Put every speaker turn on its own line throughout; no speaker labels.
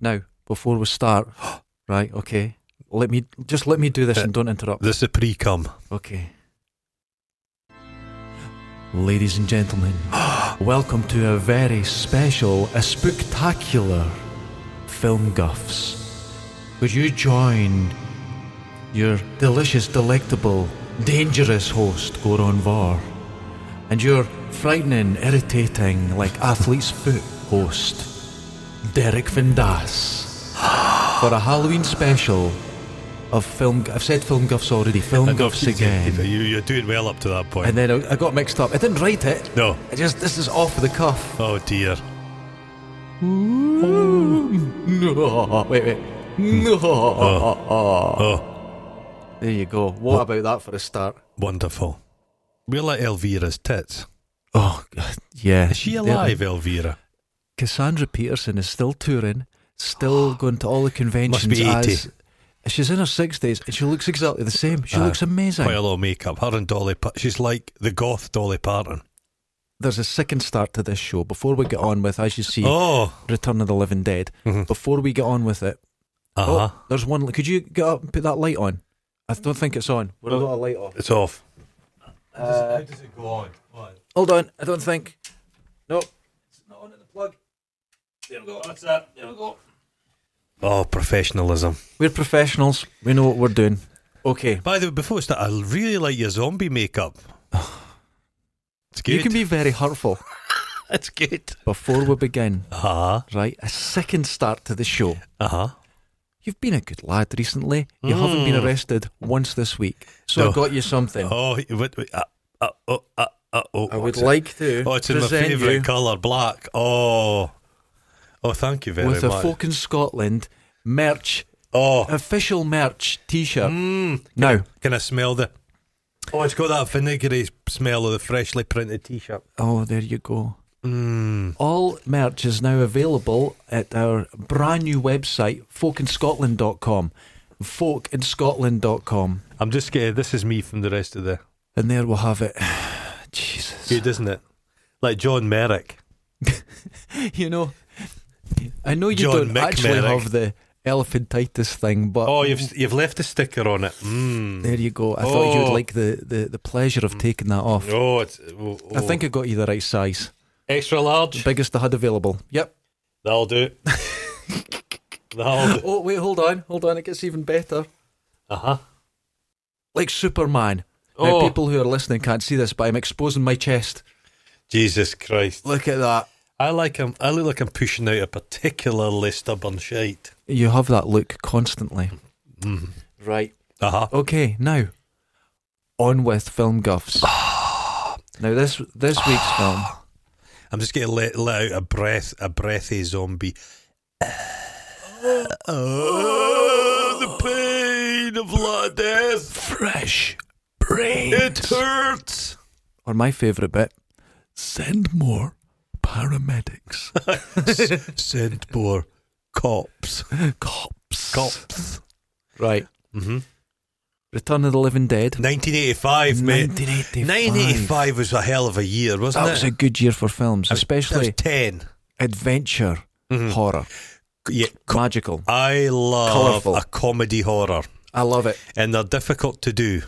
Now, before we start, right? Okay, let me just let me do this and don't interrupt.
This is pre cum.
Okay. Ladies and gentlemen, welcome to a very special, a spectacular Film Guffs. Would you join your delicious, delectable, dangerous host, Goron Var, and your frightening, irritating, like athlete's foot host, Derek Vindas, for a Halloween special of Film... I've said Film Guffs already, Film Guffs again.
You, you're doing well up to that point.
And then I, I got mixed up. I didn't write it.
no.
I just this is off the cuff.
Oh dear.
No, Mm. wait, wait. No.
Oh,
Uh. There you go. What about that for a start?
wonderful. We're like Elvira's tits.
Oh, God, yeah.
Is she alive, Elvira?
Cassandra Peterson is still touring, still going to all the conventions.
be 80.
As, she's in her sixties and she looks exactly the same. She
Aye.
looks amazing.
Quite a lot of makeup. Her and Dolly. Pa- She's like the goth Dolly Parton.
There's a second start to this show. Before we get on with, as you see,
Oh.
Return of the Living Dead.
Mhm.
Before we get on with it,
Uh huh.
oh, there's one. Could you get up and put that light on? I don't think it's on. We've got a light off.
It's off.
Hold on, I don't think. No. It's not on at the plug. There we go. That's that. There we go.
Oh, professionalism.
We're professionals. We know what we're doing. Okay.
By the way, before we start, I really like your zombie makeup. It's good.
You can be very hurtful.
It's good.
Before we begin,
Uh huh.
right, a second start to the show.
Uh huh.
You've been a good lad recently. You haven't been arrested once this week. So
Mm. No.
I got you something.
Oh, wait, wait, uh, uh, oh, uh, uh, oh,
I
what's
would
it?
like to
Oh, it's in my
present
favourite
you
colour, black. Oh, oh, thank you very
with a
much.
Folk in Scotland merch,
oh,
official merch t-shirt.
Mm.
Now,
can I smell the? Oh, it's got that vinegary smell of the freshly printed T-shirt.
Oh, there you go.
Mm.
All merch is now available at our brand new website, folkinscotland.com. Folkinscotland.com.
I'm just scared. This is me from the rest of the.
And there we'll have it. Jesus.
Good, isn't it? Like John Merrick.
You know, I know you
John
don't actually
McMerrick.
have the elephantitis thing, but
Oh, you've you've left a sticker on it. Mm.
there you go. I thought you
Oh. Mm.
would like the, the, the pleasure of taking that off.
Oh, it's. oh, oh.
I think I got you the right size.
extra large.
Biggest I had available. Yep.
That'll do. That'll do.
Oh, wait, hold on. Hold on. It gets even better.
Uh huh.
like Superman.
Oh.
Now, people who are listening can't see this, but I'm exposing my chest.
Jesus Christ.
Look at that.
I like him. I look like I'm pushing out a particularly stubborn shite.
You have that look constantly.
Mm-hmm.
Right.
Uh huh.
Okay, now, on with film guffs. now, this this week's film,
I'm just going to let, let out a breath, a breathy zombie. Oh, the pain of la death.
Fresh Brain,
It hurts.
or my favourite bit, Send More Paramedics.
Send more cops.
Cops.
Cops.
Right.
Mm-hmm.
Return of the Living Dead.
1985, mate.
1985.
1985 was a hell of a year, wasn't
That
it?
was a good year for films,
I was
especially
10.
adventure horror.
Yeah.
Magical.
I love
Colourful.
a comedy horror,
I love it.
and they're difficult to do.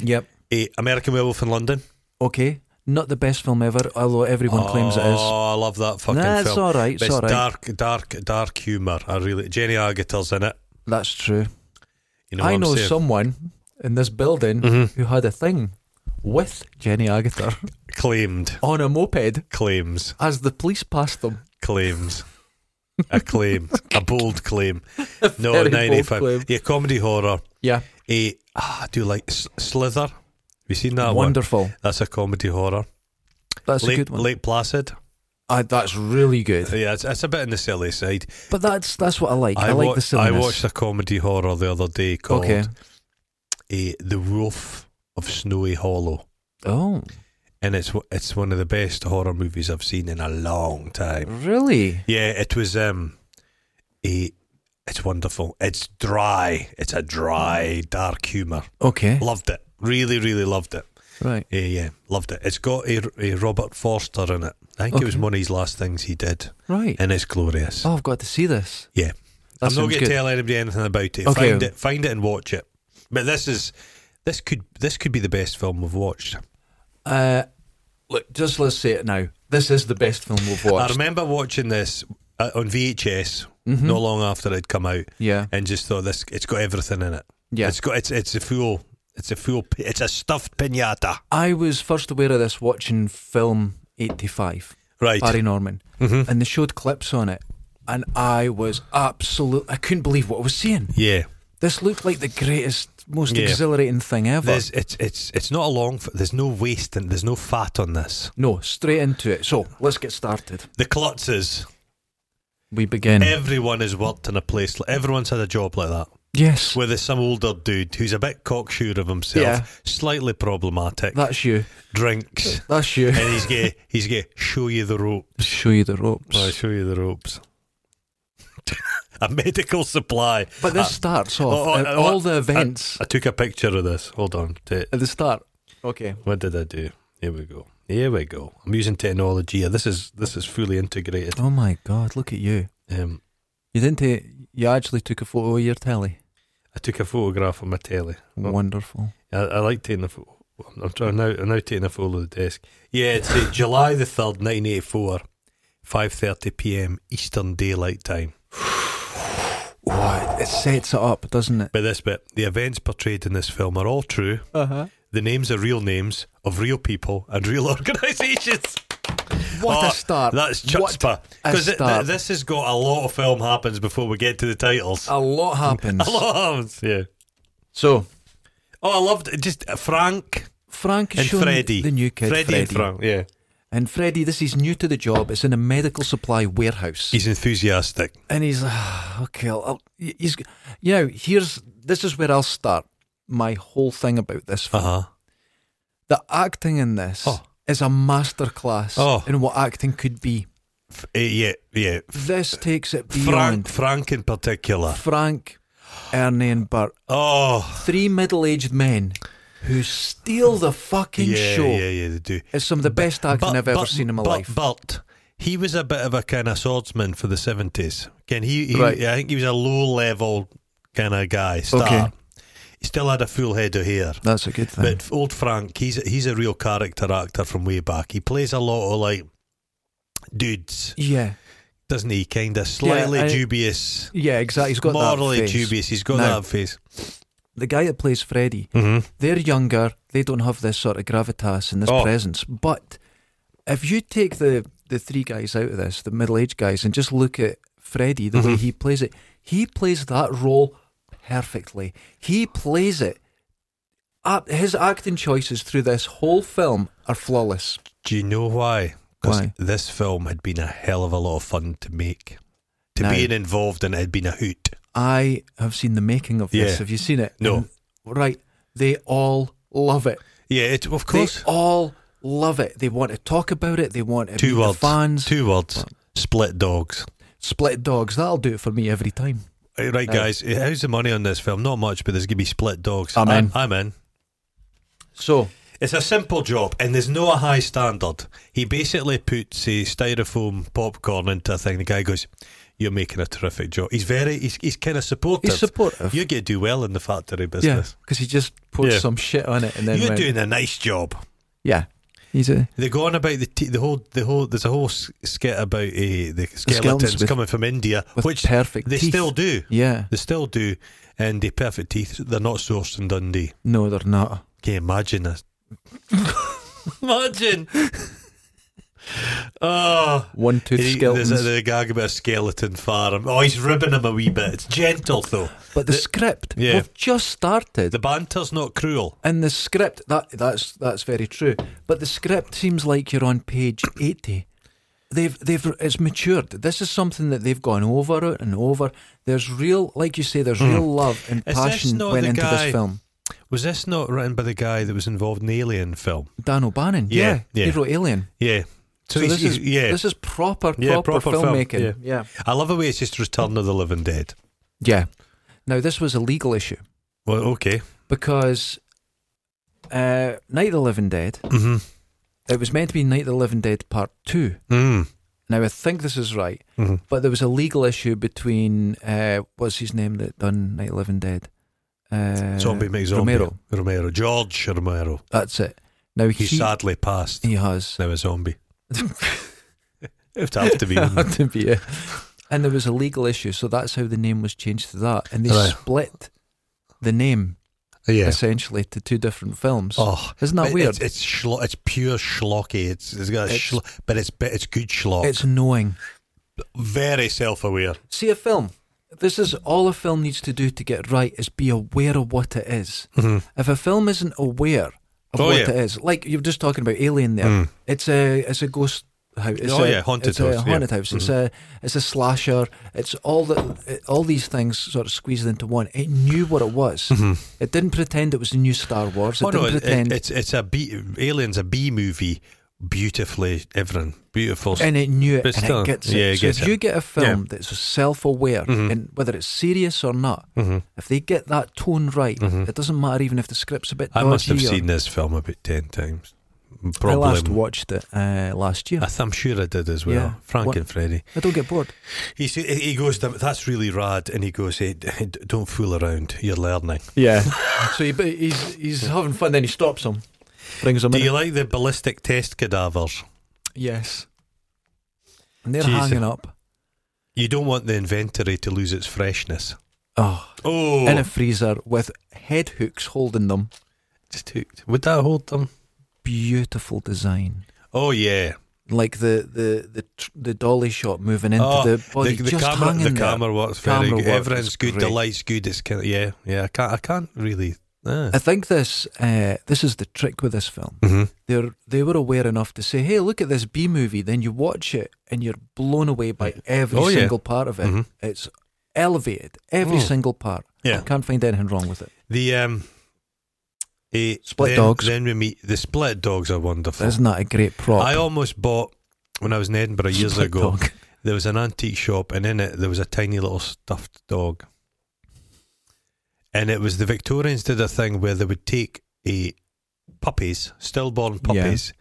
Yep.
Eh, American Werewolf in London.
Okay. Not the best film ever, although everyone claims it is.
Oh, I love that fucking
Nah,
film.
it's all right,
But
it's all right.
dark, dark, dark humour. I really Jenny Aguilar's in it.
That's true.
You know, what
I
I'm Mm-hmm.
know
saying?
someone in this building who had a thing with Jenny Agatha
claimed
on a moped
claims
as the police passed them.
claims. A claim, a bold claim. No,
very bold
ninety five.
claim.
Yeah, comedy horror.
Yeah.
Eh, ah, I do like S- Slither. Have you seen that one?
Wonderful.
That's a comedy horror.
That's
Lake,
a good one.
Lake Placid.
Ah, that's really good.
Yeah, it's, it's a bit on the silly side.
But that's that's what I like. I,
wa-
like the
I
silliness.
watched a comedy horror the other day called
Okay.
eh, The Wolf of Snowy Hollow.
Oh,
and it's w- it's one of the best horror movies I've seen in a long time.
really?
Yeah, it was um, a, it's wonderful. It's dry. It's a dry, dark humor.
Okay.
Loved it. Really, really loved it.
Right.
Eh, yeah, loved it. It's got a, a Robert Forster in it. I think it was
Okay.
one of his last things he did,
Right.
and it's glorious.
Oh, I've got to see this.
Yeah.
That
I'm not
sounds
going to
good.
tell anybody anything about it.
Okay.
Find it, find it, and watch it. But this is this could this could be the best film we've watched.
Uh, look, just let's say it now. This is the best film we've watched. Mm-hmm.
I remember watching this uh, on VHS not long after it'd come out,
yeah.
and just thought this it's got everything in it.
Yeah.
it's got it's it's a full it's a full pi- it's a stuffed pinata.
I was first aware of this watching film 85,
Right,
Barry Norman,
Mm-hmm.
and they showed clips on it. And I was absolute. I couldn't believe what I was seeing.
yeah.
This looked like the greatest, most
Yeah.
exhilarating thing ever.
There's it's it's it's not a long. f- There's no waste and there's no fat on this.
no, straight into it. So let's get started.
The klutzes.
We begin.
Everyone has worked in a place. li- Everyone's had a job like that.
yes,
Where there's some older dude who's a bit cocksure of himself,
Yeah.
slightly problematic,
that's you.
drinks,
That's you.
and he's gonna he's gonna show you the rope.
Show you the ropes.
I'll show you the ropes. a medical supply.
But this starts off
oh, oh,
at
oh, uh,
all the
I-
events
I took a picture of this. Hold on. Ta-
at the start. Okay.
What did I do? Here we go. Here we go. I'm using technology. here. This is this is fully integrated.
Oh my God! Look at you.
Um,
You didn't. Take, you actually took a photo of your telly.
I took a photograph of my telly. Well-
Wonderful.
I, I like taking a photo. I'm trying now. I'm now taking a photo of the desk. Yeah, it's uh, July the third, nineteen eighty four, five thirty p.m. Eastern Daylight Time.
Oh, it sets it up, doesn't it?
By this bit, the events portrayed in this film are all true.
Uh huh.
The names are real names of real people and real organisations.
What
Oh,
a start!
That's
What
chutzpah.
a
Because
start.
this has got a lot of film happens before we get to the titles.
A lot happens.
A lot happens. Yeah.
So
Oh, I loved it. Just uh, Frank
Frank is
and
showing
Freddie.
the new kid
Freddie, and Frank. Yeah.
And Freddie, this is new to the job. It's in a medical supply warehouse,
He's enthusiastic.
and he's ah, okay. I'll, I'll, he's you know here's this is where I'll start my whole thing about this. film.
Uh huh.
The acting in this
Oh.
is a masterclass
Oh.
in what acting could be.
eh, yeah, yeah.
This takes it
Frank,
beyond
Frank in particular.
Frank, Ernie, and Bert.
Oh,
Three middle aged men who steal the fucking
yeah,
show.
yeah, yeah. They do.
It's some of the best acting I've ever seen in my
but,
life.
But he was a bit of a kind of swordsman for the seventies. Can he? he
Right.
I think he was a low level kind of guy. Star.
Okay.
He still had a full head of hair.
That's a good thing.
But old Frank, he's he's a real character actor from way back. He plays a lot of like dudes,
yeah,
doesn't he? Kind of slightly
I-
dubious,
yeah, exactly. He's got
morally
that face.
dubious. He's got
Now-
that face.
The guy that plays Freddy,
Mm-hmm.
they're younger. They don't have this sort of gravitas and this
Oh.
presence. But if you take the the three guys out of this, the middle aged guys, and just look at Freddy, the
Mm-hmm.
way he plays it, he plays that role perfectly. He plays it. Up, his acting choices through this whole film are flawless.
Do you know why? Because
Why?
this film had been a hell of a lot of fun to make. To
No.
being involved in it had been a hoot.
I have seen the making of this.
Yeah.
Have you seen it?
No.
And- right. They all love it.
Yeah, it, of course.
They all love it. They want to talk about it. They want to
Two
meet the
words.
fans.
Two words. Split dogs.
Split dogs. That'll do it for me every time.
Uh, Right,
No.
guys. uh, How's the money on this film? Not much, but there's gonna be split dogs.
I'm in.
I'm in.
So
It's a simple job, and there's no a high standard. He basically puts a styrofoam popcorn into a thing. The guy goes, "You're making a terrific job." He's very, he's, he's kind of supportive.
he's supportive.
You're gonna do well in the
yeah,
factory business.
because he just poured
Yeah.
some shit on it and then
You're
went,
doing a nice job.
yeah, he's a
They go on about the t- the whole the whole. There's a whole s- skit about uh, the skeletons
skeletons with-
coming from India,
with
which
perfect
they
teeth.
still do.
yeah.
They still do, and the perfect teeth. They're not sourced in Dundee.
No, they're not.
Can you imagine this? imagine. Oh,
One tooth
He-
skeletons.
There's a, there's a gag about a skeleton farm. Oh, he's ribbing him a wee bit. It's gentle though.
but the,
the-
script,
Yeah.
we've just started,
The banter's not cruel.
and the script that that's that's very true. But the script seems like you're on page eighty. They've they've it's matured. This is something that they've gone over and over. There's real, like you say, there's real love and
Hmm. this
passion
not
went
the
into
guy-
this film.
Was this not written by the guy that was involved in the Alien film?
Dan O'Bannon, yeah,
Yeah,
he
yeah.
wrote Alien.
Yeah.
So,
he's-
this is
he's- yeah.
this is proper proper,
Yeah, proper film,
filmmaking.
yeah.
yeah,
I love the way it's just Return of the Living Dead.
yeah. Now this was a legal issue
Well, okay.
because uh, Night of the Living Dead.
Mm-hmm.
It was meant to be Night of the Living Dead Part 2.
Mm.
Now, I think this is right,
hmm
but there was a legal issue between, uh, what's his name that done Night of the Living Dead? Uh,
Zombie makes zombie.
Romero.
Romero. George Romero.
That's it. Now,
He,
he,
sadly passed.
he has.
Now a zombie. it would have to be. wouldn't it?
had to be, yeah. And there was a legal issue, so that's how the name was changed to that. And they
Right.
split the name
yeah.
essentially to two different films.
Oh,
Isn't that
It-
weird?
It's it's, schlo- it's pure schlocky. It's it's got a
It's-
schlo- but it's but it's good schlock.
It's annoying.
very self aware.
See a film. This is all a film needs to do to get right is be aware of what it is. If a film isn't aware of
Mm-hmm. Oh,
what
yeah. Mm.
it is, like you're just talking about Alien there, it's a it's a ghost house. It's
Oh,
a,
yeah, haunted
it's
house,
A
yeah. Mm-hmm.
haunted house. It's a it's a slasher. It's all the all these things sort of squeezed into one. It knew what it was. It didn't pretend it was the new Star Wars. It
Mm-hmm. Oh no,
didn't
it, it-
pretend,
it's it's a B aliens a B movie beautifully everything beautiful.
and it knew it,
but
and
still,
it gets it.
yeah, it
so
gets
if
it.
you get a film that's self-aware,
Mm-hmm.
and whether it's serious or not, if they get that tone right, it doesn't matter even if the script's a bit.
Mm-hmm. I must have
dodgy or-
seen this film about ten times.
I
Probably.
last watched it uh, last year.
I th- I'm sure I did as well.
Yeah.
Frank
What-
and Freddy.
I don't get bored.
He s- he goes. That's really rad, and he goes, hey, d- "Don't fool around. You're learning."
Yeah. so he, he's he's having fun, then he stops him, brings him
Do
in.
you like the ballistic test cadavers?
Yes. And they're
Jesus.
hanging up.
You don't want the inventory to lose its freshness.
Oh,
Oh,
in a freezer with head hooks holding them.
Just hooked. Would that hold them?
Beautiful design.
Oh yeah.
Like the the the, tr- the dolly shot moving into
oh,
the body,
the, the
just
camera, the
hanging there.
camera works very
Camera
good.
work
Everything's
is
good. The
great.
lights good. It's kind of, yeah, yeah. I can't. I can't really. Uh.
I think this uh, this is the trick with this film.
hmm
They're they were aware enough to say, "Hey, look at this B movie." Then you watch it and you're blown away by every
Oh, yeah.
single part of it.
Mhm.
It's elevated every
Oh.
single part.
Yeah.
I can't find anything wrong with it.
The um, eh,
Split
then,
dogs.
Then we meet the split dogs are wonderful.
Isn't that a great prop?
Oh. I almost bought when I was in Edinburgh years
Split
ago.
dog.
There was an antique shop, and in it there was a tiny little stuffed dog. And it was the Victorians did a thing where they would take a puppies, stillborn
Yeah.
puppies,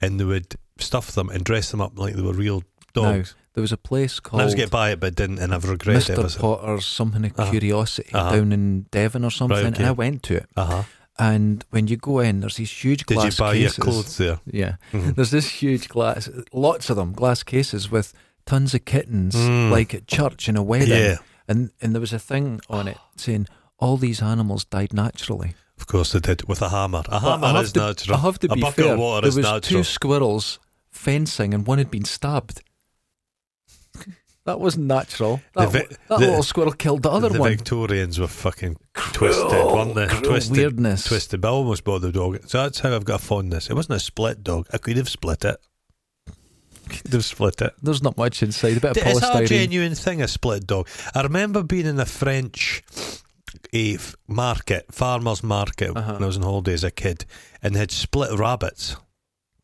and they would stuff them and dress them up like they were real dogs.
Now, there was a place
I was
called
get by it, but didn't, and I've regretted it ever
Mr.
since.
Potter's something of
Uh-huh.
curiosity
Uh-huh.
down in Devon or something,
okay.
and I went to it.
Uh-huh.
And when you go in, there's these huge
Did you
glass
buy
cases.
your clothes there?
Yeah,
Mhm.
there's this huge glass, lots of them, glass cases with tons of kittens,
Mm.
like at church in a wedding.
Yeah,
And and there was a thing on it saying all these animals died naturally.
of course they did. With a hammer. A
But
hammer
I have
is
to,
natural.
I have to
a
be
bucket
fair.
of water
there
is
was
natural.
two squirrels fencing, and one had been stabbed. that wasn't natural.
The
That,
vic-
wa- that
the-
little squirrel killed the other
the
one.
Victorians were fucking
Cruel,
twisted, weren't they?
cruel
Twisted.
weirdness.
twisted, but I almost bought the dog. So that's how I've got a fondness. It wasn't a split dog. I could have split it. Could have split it.
There's not much inside. A bit of
It's not a
polystyrene.
genuine thing, a split dog. I remember being in a French eh, f- market, farmer's market,
Uh-huh.
when I was on holiday as a kid, and they had split rabbits.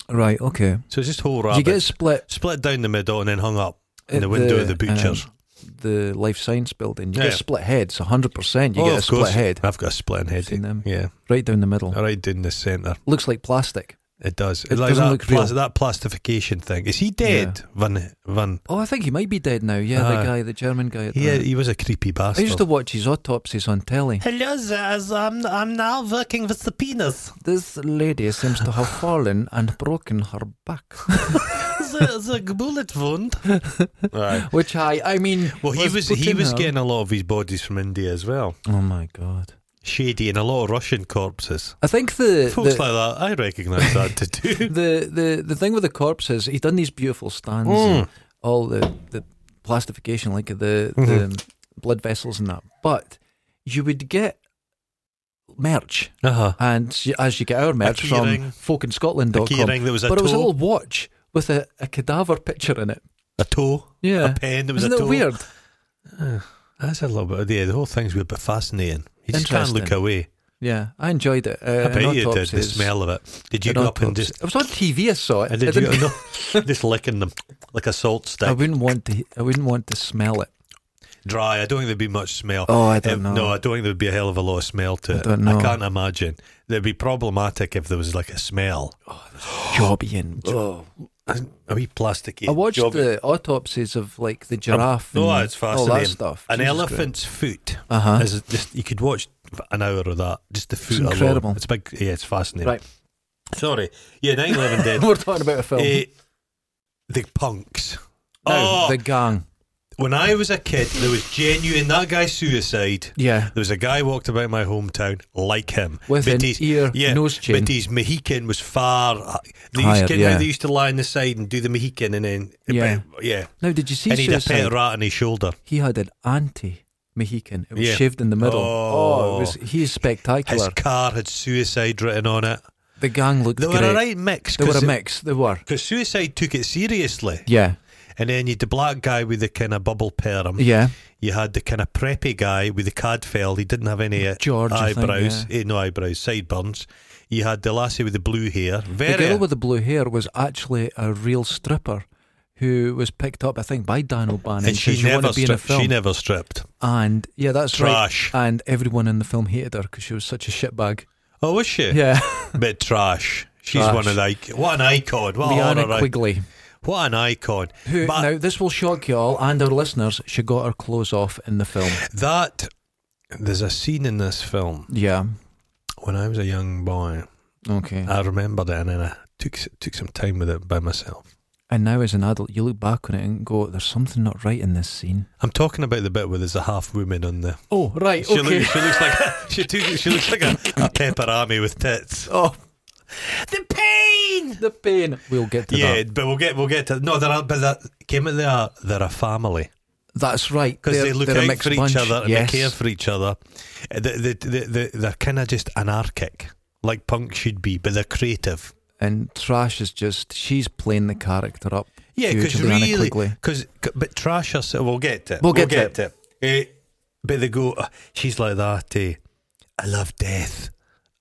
Right. Okay.
So it's just whole
You
rabbits.
get split
split down the middle and then hung up in
at
the window of the butcher's.
um, the life science building. You
Yeah.
get split heads. 100. percent You
oh,
get a
of
split
course. Uh,
head
I've got a split head.
Seen them.
Yeah.
right down the middle.
Right down the centre.
Looks like plastic.
It does.
It
like
doesn't
that,
look real.
plas- that plastification thing. Is he dead, Van Van?
Oh, I think he might be dead now. Yeah,
Ah.
the guy, the German guy. at
He,
the-
he was a creepy
I
bastard.
used to watch his autopsies on telly.
Hello, Zaz. I'm, I'm now working with the penis.
This lady seems to have fallen and broken her back.
the, the bullet wound. Right.
Which I, I mean,
Well, he was he
putting
was
her-
getting a lot of his bodies from India as well.
Oh my god!
Shady and a lot of Russian corpses.
I think the
Folks
the,
like that, I recognise that to do.
the the the thing with the corpse is he done these beautiful stands, and
Mm.
all the the plastification, like the
Mhm.
the blood vessels and that. But you would get merch,
Uh huh.
and s- as you get our merch from
keyring. A key
folkinscotland.com,
ring that was a
but
toe,
it was a little watch with a, a cadaver picture in it.
a toe,
Yeah.
a pen. That was
Uh, Isn't that
a toe. Uh,
weird?
That's a little bit. Yeah, the whole thing's a bit fascinating. You just can't look
Interesting.
away.
Yeah, I enjoyed it. Uh,
I bet
an
you did. The
autopsy's-
smell of it. Did you
an
go up and
autopsy-
just
I was on TV. I saw it. Oh,
and
I,
did you
didn't-
go, no, just licking them like a salt
I
stick?
wouldn't want to. I wouldn't want to smell it.
dry. I don't think there'd be much smell.
Oh, I don't
Um,
know.
No, I don't think there'd be a hell of a lot of smell to
I
it.
don't know.
I can't imagine. There'd be problematic if there was like a smell.
Jobbian.
Oh, a wee plasticky.
I watched
job-
the autopsies of like the giraffe.
Um, No,
and
it's
all
fascinating.
that stuff.
An elephant's foot.
Uh huh.
Is just you could watch an hour of that. Just the foot.
incredible.
Alone. It's big. Yeah, it's fascinating.
Right.
Sorry. Yeah, 9/11 dead.
We're talking about a film.
Eh, the punks.
Now,
oh,
the gang.
when I was a kid, there was genuine that guy's suicide.
Yeah.
There was a guy walked about my hometown like him
With an ear nose chain.
But his Mohican was far. uh, They used,
Higher,
kid, how
yeah.
they used to lie on the side and do the Mohican, and then
Yeah.
but, yeah.
Now, did you see
and he had a
suicide?
pet rat on his shoulder.
He had an anti Mohican. It was
Yeah.
shaved in the middle.
Oh.
it was. He's
His
spectacular.
car had suicide written on it.
The gang looked
They were
great.
a right mix.
They were a
Because
mix. They were.
suicide took it seriously,
Yeah.
and then you had the black guy with the kind of bubble perm.
Yeah.
You had the kind of preppy guy with the cadfell. He didn't have any uh,
George, I think,
eyebrows. eh, no eyebrows, sideburns. You had the lassie with the blue hair.
The
Very.
girl with the blue hair was actually a real stripper who was picked up, I think, by Dan O'Bannon.
and she
because you want
never,
to be in a
stripped,
film.
she never stripped.
and yeah, that's
Trash.
right. And everyone in the film hated her because she was such a shitbag.
Oh, was she?
Yeah.
Bit trash. She's
Trash.
one of the. What an icon. What, a
Liana
horror i-
Quigley.
what an icon.
Who,
but
now, this will shock you all and our listeners. She got her clothes off in the film.
that. There's a scene in this film
Yeah.
when I was a young boy.
Okay.
I remembered it and then I took, s- took some time with it by myself.
and now, as an adult, you look back on it and go, there's something not right in this scene.
I'm talking about the bit where there's a half woman on the
Oh, right.
She, looks, she looks like a, she, do, she looks like a, a pepper army with tits.
oh,
The pain.
the pain. We'll get to
Yeah,
that.
but we'll get we'll get to no. There are but that came they are they're a family
That's right.
because
They're-
they look
they're a
out
mixed
for each
bunch.
other and
yes.
they care for each other. Uh, They, they, they, they, they're kind of just anarchic, like punk should be, but they're creative.
and Trash is just she's playing the character up.
Yeah, because
hugely, Anna
really,
Quigley.
because but trash herself. We'll get to it.
We'll get to
it. Eh, but they go. uh, she's like that. Eh, I love death.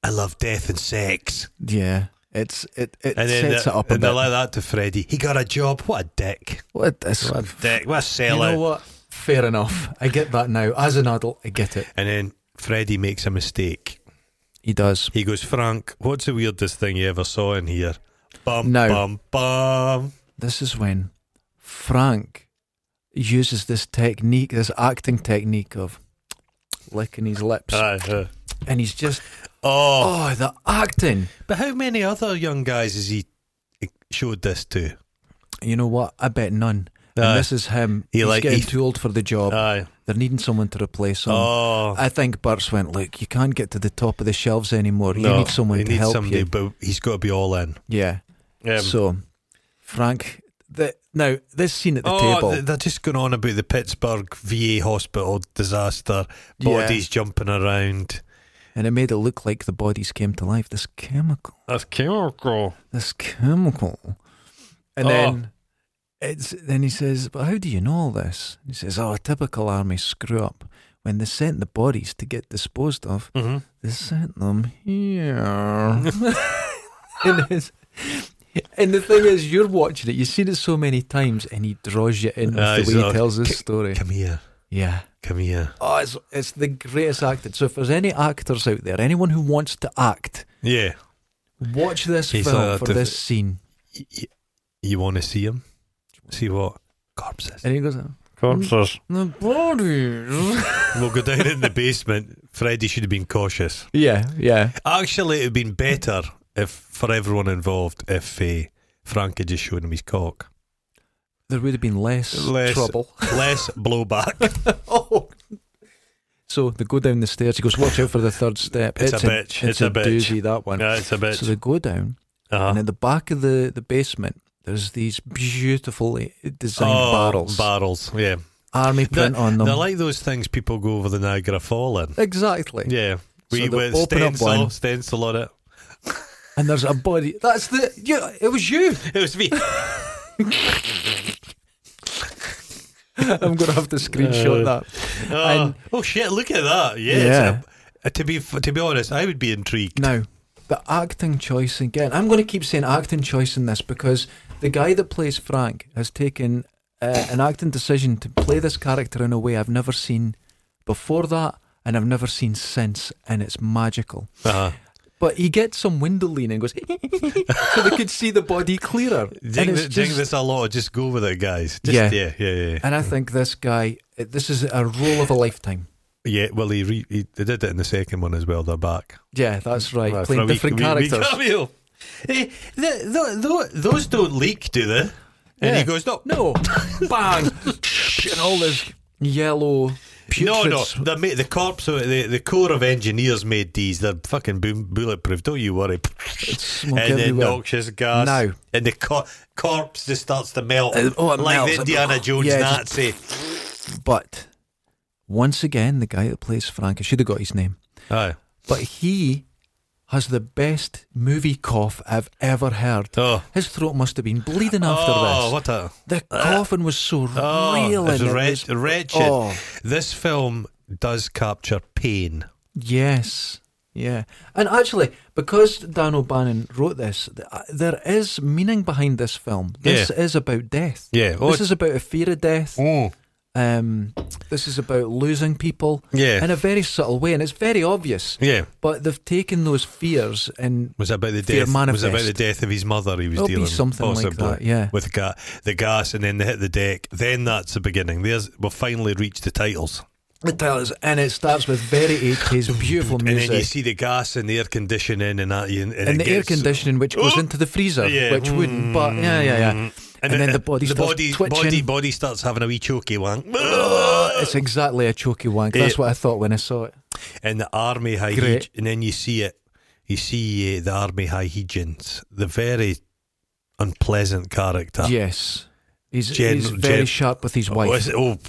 I love death and sex.
yeah, it's it it
And then
sets
they-
it up a
and they
bit.
like that to Freddie. He got a job. What a dick.
Well, it- it's-
What a dick. What a
you
sellout.
know what? Fair enough. I get that now. As an adult, I get it.
And then Freddie makes a mistake.
He does.
He goes, Frank, what's the weirdest thing you ever saw in here? Bum,
No.
bum, bum.
This is when Frank uses this technique, this acting technique of licking his lips,
Aye, aye.
and he's just
Uh, oh.
oh, the acting.
But how many other young guys has he he showed this to?
You know what? I bet none.
Aye.
and this is him.
Uh, He
he's
like-
getting
he-
too old for the job.
Aye.
They're needing someone to replace him.
Oh.
I think Burt's went, look, you can't get to the top of the shelves anymore. you
No,
need someone
he
to
needs
help
somebody,
you.
but he's got to be all in.
Yeah.
Um,
so, Frank, the, now this scene at the
oh,
table,
th- they're just going on about the Pittsburgh VA hospital disaster,
Yeah.
bodies jumping around.
and it made it look like the bodies came to life. This chemical,
That's chemical.
this chemical, and
Oh.
then it's then he says, "But how do you know all this?" He says, "Oh, a typical army screw up. When they sent the bodies to get disposed of,
Mm-hmm.
They sent them here. and, it's- and the thing is, you're watching it, you've seen it so many times, and he draws you in with
Aye,
the way
so-
he tells
c-
this story.
Come here.
Yeah.
Come here.
Oh, it's, it's the greatest acting. So, if there's any actors out there, anyone who wants to act,
Yeah.
watch this
He's
film
a
for
diff-
this scene.
Y- y- you want to see him? See what? Corpses.
And he goes,
Corpses.
The bodies.
Mm-hmm. we'll go down in the basement. Freddie should have been cautious.
yeah, yeah.
Actually, it'd been better if for everyone involved if uh, Frank had just shown him his cock.
There would have been less,
Less-
trouble.
Less blowback.
oh. So they go down the stairs. He goes, "Watch out for the third step."
It's a bitch.
It's,
It's a bitch.
doozy that one.
yeah, it's a bit.
So they go down, and
Uh-huh.
at the back of the, the basement, there's these beautifully designed
Oh,
barrels,
Barrels. Yeah.
army print on them.
They're like those things people go over the Niagara Fall in.
exactly.
Yeah. We
So they
with
open up
stencil,
one.
stencil on it.
And there's a body. That's the. You, it was you.
It was me.
I'm gonna have to screenshot
Uh,
that.
Oh,
And-
oh shit! Look at that. Yeah. it's
Yeah.
a- uh, to be f- to be honest, I would be intrigued.
Now, the acting choice again. I'm gonna keep saying acting choice in this because the guy that plays Frank has taken uh, an acting decision to play this character in a way I've never seen before that, and I've never seen since, and it's magical.
Uh-huh.
But he gets some window leaning and goes, so they could see the body clearer.
Jing,
and, it's
th- jing
just-
this a lot. Just go with it, guys. Just,
Yeah.
yeah, yeah, yeah, yeah.
and I think this guy, uh, this is a role of a lifetime.
Yeah, well, he, re- he they did it in the second one as well. They're back.
Yeah, that's right.
Right, for a
Playing
wee-
different
wee- wee
characters.
cameo. Eh, th- th- th- those don't leak, do they? And
Yeah.
he goes, no, no,
No, bang, and all this yellow.
no,
Putrid
no. They made the corpse, of- the, the core of engineers made these. They're fucking boom, bulletproof. Don't you worry.
smoke
and the
everywhere.
noxious gas.
No.
And the cor- corpse just starts to melt.
Uh, oh, it
like
melts.
the Indiana Jones
Yeah, just-
Nazi.
But once again, the guy that plays Frank, I should have got his name,
Aye.
but he has the best movie cough I've ever heard.
Oh.
His throat must have been bleeding after
oh,
this.
what a.
The coughing was so
Oh,
real.
it's
and it
wretch-
was-
wretched.
Oh.
This film does capture pain.
Yes. Yeah. And actually, because Dan O'Bannon wrote this, th- uh, there is meaning behind this film. This is about death.
Yeah. Oh,
this is about a fear of death.
Mm.
Um, this is about losing people
Yeah.
in a very subtle way, and it's very obvious.
yeah.
But they've taken those fears and
Was about the
Fear
death. Was about
manifest.
the death of his mother. He was
It'll be
dealing
something like
possibly,
that, yeah.
with ga- the gas, and then they hit the deck. Then that's the beginning. There's we've finally reached the titles,
the titles, and it starts with very 80s, beautiful
and then you
music,
see the gas and the air conditioning, and that. you- And,
and,
it
the air
gets-
conditioning which goes
Oh!
into the freezer,
Yeah. Mm.
which wouldn't. But yeah, yeah, yeah. And,
it-
then the body
the
starts
body,
twitching.
body, body starts having a wee choky wank,
It's exactly a choky wank. That's
Yeah.
what I thought when I saw it.
and the army
Great.
hygiene, and then you see it. You see uh, the army hygienes, the very unpleasant character.
Yes. He's,
Uh, Gen-
he's very
gen-
sharp with his
Oh,
wife.
is it- oh,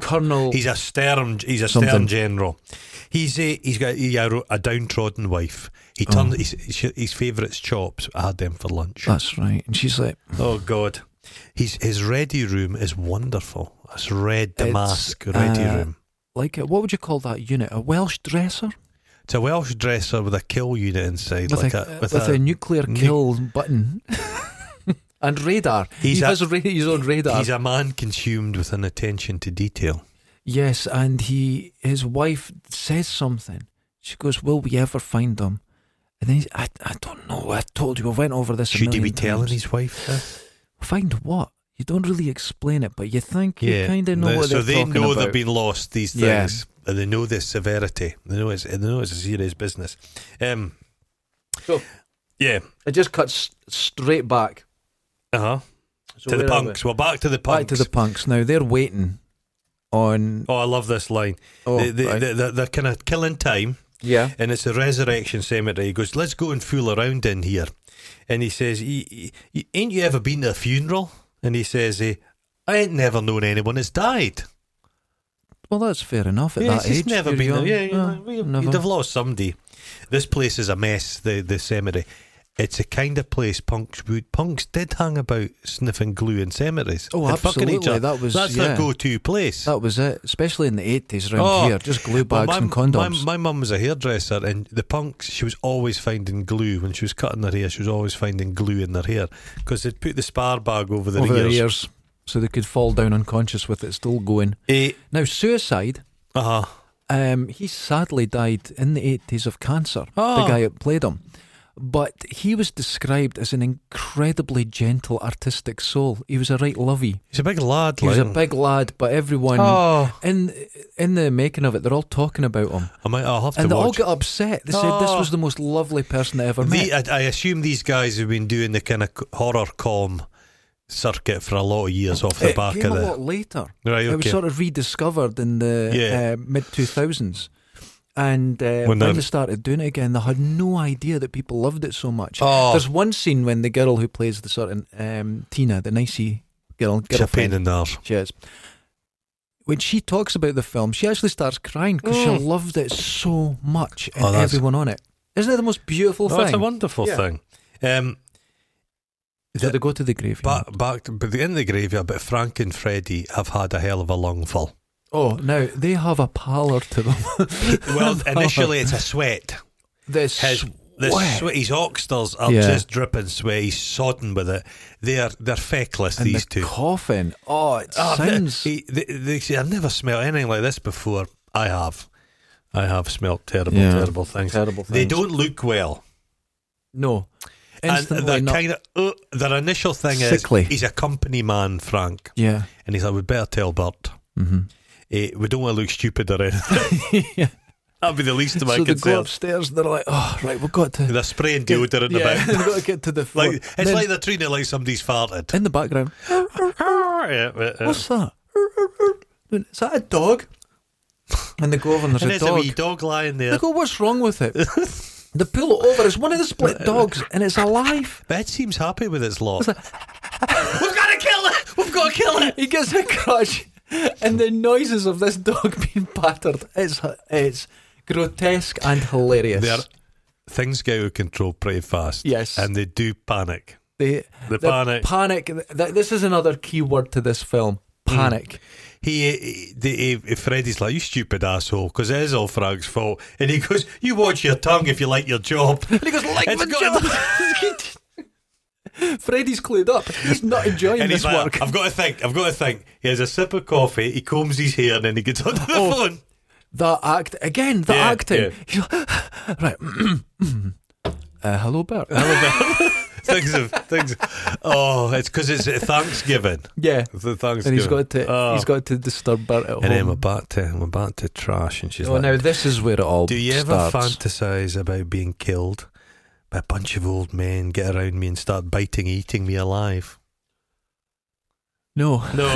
Colonel.
He's a stern. He's a
Something.
stern general. He's a, he's got he, a, ro- a downtrodden wife. He
Oh.
turned his, his, his favourites chops. I had them for lunch.
That's right. And she's like,
oh God, his his ready room is wonderful. It's red
It's,
damask ready
uh,
room.
like, a, what would you call that unit? A Welsh dresser?
It's a Welsh dresser with a kill unit inside,
With,
like
a,
a,
with a, nuclear
nu-
kill button. and radar.
He's
he
a-
has ra- he's on radar.
He's a man consumed with an attention to detail.
Yes, and he his wife says something. She goes, "Will we ever find them?" And then he's, I, I don't know. I told you, I went over this. a
Should he
million
be telling
times.
his wife this?
Find what? You don't really explain it, but you think you kind of know
The-
what
so
they're
they
talking
know
about.
they've been lost these
Yeah.
things, and they know the severity. They know it's they know it's a serious business. Um,
So-
yeah,
it just cuts straight back
uh huh.
So
to the
where are we?
punks. Well, back to the punks.
Back to the punks. Now they're waiting on.
Oh, I love this line.
Oh,
they, they,
right.
they, they're, they're kind of killing time,
yeah.
and it's a resurrection cemetery. He goes, "Let's go and fool around in here," and he says, "Y- y- "Ain't you ever been to a funeral?" And he says, eh, "I ain't never known anyone that's died."
Well, that's fair enough. At
Yeah,
that
it's just
age,
never
you're
been
young.
there. Yeah, yeah,
Oh,
we- you'd
never.
have lost somebody. This place is a mess. The the cemetery. It's a kind of place punks would punks did hang about sniffing glue in cemeteries.
Oh,
and fucking each
absolutely,
other.
that was-
that's
yeah.
their go-to place.
That was it, especially in the eighties round
Oh,
here. Just glue
Well,
bags and condoms.
My, my mum was a hairdresser, and the punks, she was always finding glue when she was cutting her hair. She was always finding glue in their hair because they'd put the spar bag over their
over
ears.
their ears so they could fall down unconscious with it still going.
Eh,
Now, suicide,
uh-huh.
um, he sadly died in the 80s of cancer, the
Oh.
guy that played him. But he was described as an incredibly gentle, artistic soul. He was a right lovey.
He's a big lad.
He was a
like.
big lad, but everyone
Oh,
in in the making of it, they're all talking about him,
I might. I'll have to
and they all
watch.
get upset. They said this
Oh.
was the most lovely person I ever met.
The, I, I assume these guys have been doing the kind of horror calm circuit for a lot of years off the
it
back
came
of
a
it.
lot later.
Right,
It was
okay.
sort of rediscovered in the
Yeah.
uh, mid 2000s. And uh, when,
When they're-
they started doing it again, they had no idea that people loved it so much.
Oh.
There's one scene when the girl who plays the sort of um, Tina, the nicey girl,
It's a pain
girlfriend,
in the arse.
she is. When she talks about the film, she actually starts crying because
Mm.
she loved it so much and
Oh, that's-
everyone on it. Isn't it the most beautiful
Oh,
thing?
it's a wonderful
Yeah.
thing. Um,
So they go to the graveyard.
back, back, to- but in the graveyard, but Frank and Freddie have had a hell of a long fall.
oh, now they have a pallor to them.
Well, initially it's a sweat.
this
His The
Wet.
sweat, his oxters are
Yeah.
just dripping sweat. He's sodden with it. They're they're feckless.
And
these
the
two.
coffin. Oh, it
Oh, they-
sounds.
he- they, they say, I've never smelled anything like this before. I have. I have smelt terrible,
Yeah.
terrible things.
Terrible
They
things.
don't look well.
no.
and
Instantly
they're
not.
kind of, uh, their initial thing
Sickly.
is he's a company man, Frank.
yeah.
And he's like, we better tell Bert. Eh, we don't want to look stupid or anything.
Mm-hmm. yeah.
That'd be the least of my
So they go
concerns.
upstairs. They're like, oh, right, we've got to.
They're spraying deodorant in
yeah,
the
we've got to get to the floor.
Like, it's
Then
like they're treating it like somebody's farted.
in the background.
Yeah, yeah, yeah.
What's that? Is that a dog? And they go over and there's
and
a
there's a
dog.
wee dog lying
They
there.
go, what's wrong with it? they pull it over. It's one of the split dogs, and it's alive.
Bed seems happy with its lot. We've got to kill it! We've got to kill it!
He gets a crutch, and the noises of this dog being battered. It's it's grotesque and hilarious.
They're, things get out of control pretty fast.
Yes.
And they do panic.
They- the
The panic.
panic. Th- th- This is another key word to this film.
Hmm.
Panic.
He, he, the, he- Freddy's like, you stupid asshole, because it is all Frank's fault. And he goes, you watch your tongue if you like your job.
And he goes, like
It's
the
got-
job." Freddy's clued up. He's not enjoying
And
this
he's like,
work.
I've got to think, I've got to think. He has a sip of coffee, he combs his hair, and then he gets onto the
Oh.
phone.
That act again. The
Yeah,
acting.
yeah.
He's like, right. uh, hello, Bert.
Uh-huh. things of things. Oh, it's because it's Thanksgiving.
yeah.
The Thanksgiving.
And he's got to
Oh.
he's got to disturb Bert at
And then
home.
we're back to we're back to trash, and she's
Oh,
like,
now this is where it all
Do you ever
starts.
fantasize about being killed by a bunch of old men get around me and start biting, eating me alive?
no,
No.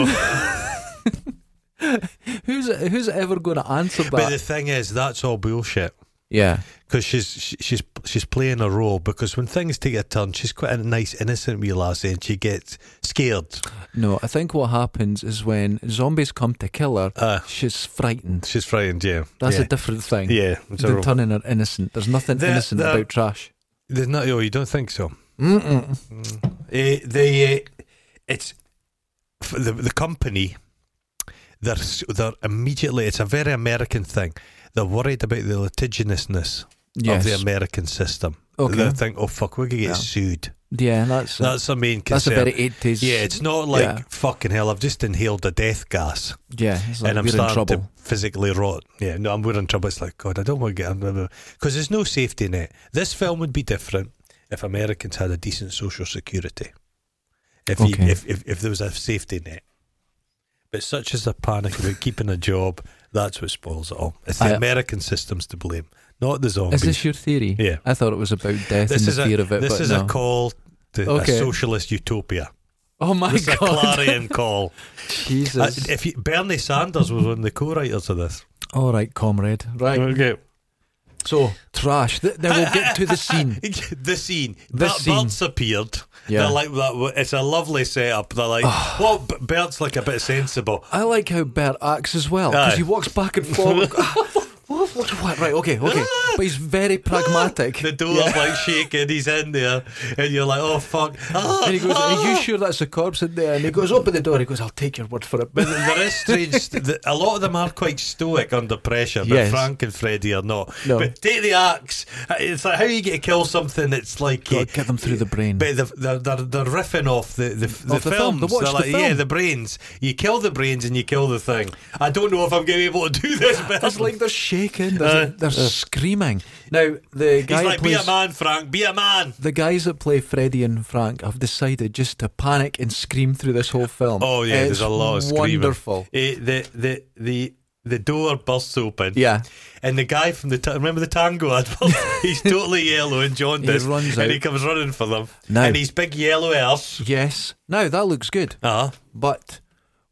who's who's ever going to answer that?
but the thing is, that's all bullshit.
yeah,
Because she's she- she's she's playing a role. Because when things take a turn, she's quite a nice, innocent wee lassie, and she gets scared.
no, I think what happens is when zombies come to kill her,
Uh,
she's frightened.
she's frightened. Yeah,
That's
yeah.
a different thing
yeah. It's a
than
role.
turning her innocent. There's nothing
The-
innocent
the-
about trash.
There's not. Oh, you don't think so?
Mm-mm.
Uh, the uh, it's f- the the company. They're s- they're immediately. It's a very American thing. They're worried about the litigiousness
Yes.
of the American system.
Okay.
They think, oh fuck, we're gonna get
Yeah.
sued.
yeah, that's that's,
That's the main
a
concern.
very eighties.
yeah, it's not like
Yeah.
fucking hell. I've just inhaled a death gas
yeah. It's like
and I'm
we're in
starting to
trouble.
physically rot. Yeah, no, I'm we're in trouble. It's like God, I don't want to get because there's no safety net. This film would be different if Americans had a decent social security. If you-
Okay.
if, if if there was a safety net, but such is the panic about keeping a job, that's what spoils it all. It's the
I-
American systems to blame, not the zombies.
Is this your theory?
Yeah.
I thought it was about death
This
and
is
the fear
a
of it.
this
but
is
no.
a call to
Okay.
a socialist utopia.
Oh my
This is a
god,
clarion call. Uh,
Jesus!
if you, Bernie Sanders was one of the co-writers of this,
all right, comrade. Right.
okay.
So trash. Th- Now we'll get to the scene.
the scene.
The
Bert,
scene.
Bert's appeared.
Yeah.
They're like that. It's a lovely setup. They're like, well, B- Bert's like a bit sensible.
I like how Bert acts as well because
Aye.
he walks back and forward. what, what, what? Right. Okay. Okay. But he's very pragmatic.
The door's like shaking. He's in there, and you're like, oh fuck.
And he goes, "Are you
Ah.
sure that's a corpse in there?" And he goes, "Open the door." He goes, "I'll take your word for it."
But
But
there is strange. St- the- a lot of them are quite stoic under pressure, but
Yes.
Frank and Freddy are not.
No.
But take the axe. Uh, It's like how you get to kill something that's like eh,
God, get them through the brain.
But the- they're, they're, they're riffing off the, the, the
Off the film.
films.
They watch
They're
the
like, yeah,
film.
the brains. You kill the brains and you kill the thing. I don't know if I'm going to be able to do this, but
It's like they're shaking. They're,
Aye.
they're screaming. Now the
he's
guy that
like, be a
plays-
man, Frank, be a man.
the guys that play Freddy and Frank have decided just to panic and scream through this whole film.
Oh yeah,
it's
there's a lot of
wonderful.
screaming. Eh, the the the the door bursts open.
Yeah.
And the guy from the ta- remember the tango advert? he's totally yellow and jaundiced,
runs
and
out.
he comes running for them.
Now-
And he's big yellow ass.
Yes. Now that looks good.
Uh-huh.
But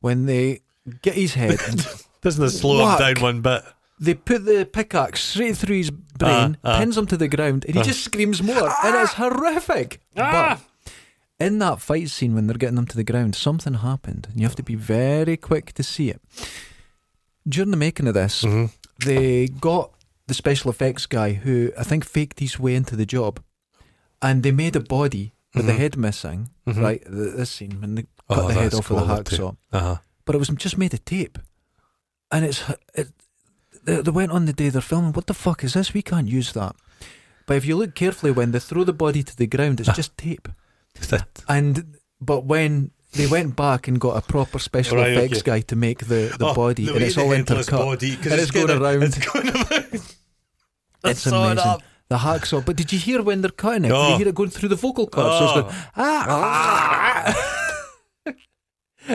when they get his head,
Doesn't it slow
Whack.
him down one bit?
they put the pickaxe straight through his brain,
Ah, ah.
pins him to the ground, and he just screams more. And it's horrific.
Ah!
But in that fight scene, when they're getting him to the ground, something happened, and you have to be very quick to see it. During the making of this,
Mm-hmm.
they got the special effects guy who I think faked his way into the job, and they made a body with the head missing. Right, th- this scene when they
Mm-hmm. Oh,
cut the head
that's
off with a
quality.
hacksaw
Uh-huh.
but it was just made of tape. And it's it, they, they went on the day they're filming. What the fuck is this? We can't use that. But if you look carefully, when they throw the body to the ground, it's just tape.
That-
And but when they went back and got a proper special
Right,
effects
okay.
guy to make the, the
Oh,
body,
the
and
way
it's
the
all
headless
intercut.
body, 'cause
and
it's
it's going
gonna-
around.
It's going around. I
It's
saw it
amazing.
up.
The hacksaw. But did you hear when they're cutting it? Did
Oh.
you hear it going through the vocal cords? So Oh, it's going, ah, ah.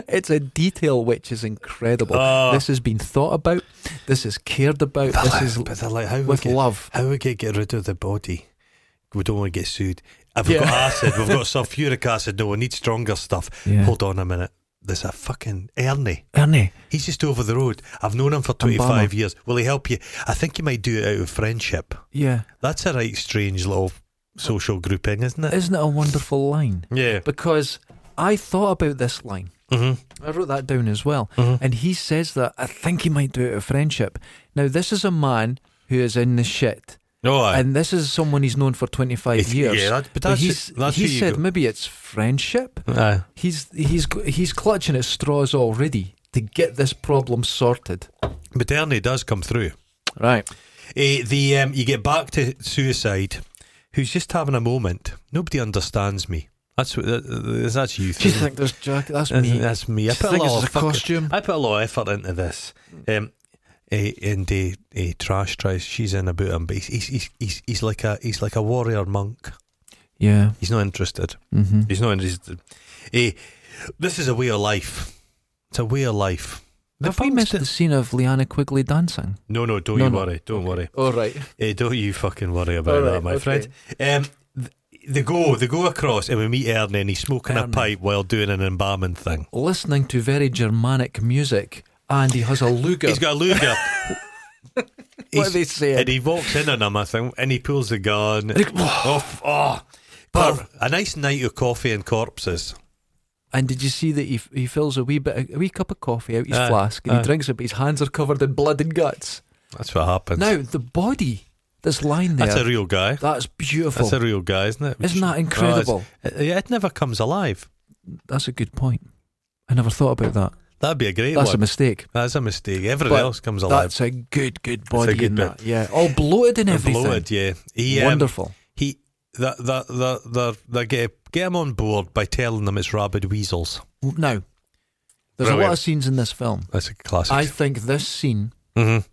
It's a detail which is incredible.
Oh.
This has been thought about. This is cared about.
But
This
like-
is
Oh, but they're like, how
with
we get,
love.
How we get, get rid of the body? We don't want to get sued. I've
Yeah.
got acid. We've got sulfuric acid. No, we need stronger stuff.
Yeah.
Hold on a minute. There's a fucking Ernie.
Ernie,
He's just over the road. I've known him for
And
25
Bama.
years. Will he help you? I think he might do it out of friendship.
yeah,
That's a right strange little social grouping, isn't it?
isn't it a wonderful line?
Yeah.
Because I thought about this line.
hmm
I wrote that down as well.
Mhm.
And he says that I think he might do it out of friendship. Now, this is a man who is in the shit.
No, I,
And this is someone he's known for 25
It's-
years.
yeah, that- but that's-
he's,
that's
he
who you
said
go-
maybe it's friendship.
Aye.
He's he's he's clutching at straws already to get this problem sorted.
but Ernie does come through.
Right.
Eh, the um, you get back to suicide, who's just having a moment. Nobody understands me. That's what that, that's
Do you
you. thinking.
think there's Jack? That's
That's
me.
That's me.
Do you
I put a
think
lot
this
of
is a
fucking-
costume?
I put a lot of effort into this. Um, eh, and eh, eh, trash tries. She's in about him, but he's he's, he's he's he's like a he's like a warrior monk.
yeah.
He's not interested.
hmm
He's not interested. Eh, this is a way of life. It's a way of life. The
Have we
pub's
missed
di-
the scene of Liana Quigley dancing?
No, no, don't
No,
you
no.
worry. Don't worry.
All right.
Eh, don't you fucking worry about
All right,
that, my
okay.
friend. Um, th- they go, they go across, and we meet Ernie, and he's smoking a
Ernie.
pipe while doing an embalming thing.
Listening to very Germanic music, and he has a luger.
He's got a luger.
what are
He's-
they saying?
and he walks in on him, I think, and he pulls the gun.
Like,
off, oh,
Well-
Cor- a nice night of coffee and corpses.
And did you see that he, f- he fills a wee bit, a wee cup of coffee out his
Aye,
flask, and
aye.
he drinks it, but his hands are covered in blood and guts.
That's what happens.
Now the body that's lying there,
that's
that's,
a real guy.
beautiful.
That's a real guy, isn't it?
Isn't that
Oh, it's-
incredible?
it, it never comes alive.
that's a good point. I never thought about that.
That'd be a great
That's a
one.
mistake.
that's a mistake. Everything
But
else comes alive.
That's a good, good body
good
in
bit.
that. Yeah, all bloated and everything.
Bloated, yeah. He, um,
Wonderful.
He that that that that they get get him on board by telling them it's rabid weasels.
Now, there's a lot
Brilliant.
of scenes in this film.
That's a classic.
I think this scene
Mhm.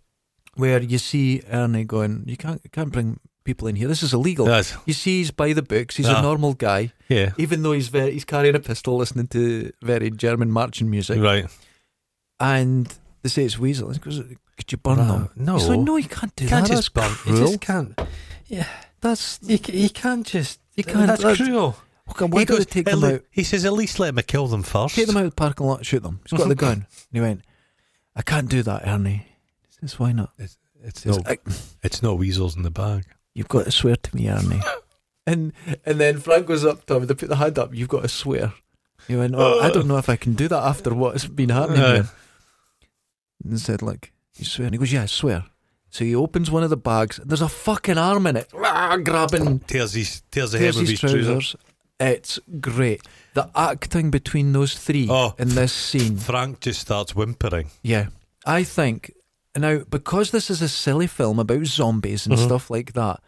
where you see Ernie going, you can't you can't bring people in here. This is illegal.
Yes.
You see, he's by the books. He's
Ah.
a normal guy.
Yeah.
even though he's very, he's carrying a pistol, listening to very German marching music,
Right.
and they say it's weasel. He goes, could you burn
Right.
them?
No.
he's like, Oh, no, you can't do
You can't
that.
just
that's
burn. You
cruel.
just can't.
That's
You, c- you can't just.
You can't-
That's,
that's-
cruel.
okay, why
he
do they
goes,
take
"At
them
le-
out?
He says, at least let me kill them first.
Take them out of the parking lot, shoot them. He's got the gun, and he went, I can't do that, Ernie. He says, why not?
It's
He says,
no,
"I-
it's no weasels in the bag.
you've got to swear to me, Ernie. and and then Frank goes up to him. They put the hand up. You've got to swear. He went, oh, I don't know if I can do that after what has been happening
Aye.
here. And said, look, you swear. And he goes, yeah, I swear. So he opens one of the bags. There's a fucking arm in it. Rah, grabbing
Tears his tears the hem
tears
of
his
his trousers.
trousers. It's great. The acting between those three
Oh.
in this scene.
Frank just starts whimpering.
Yeah. I think now because this is a silly film about zombies
Mm-hmm.
and stuff like that,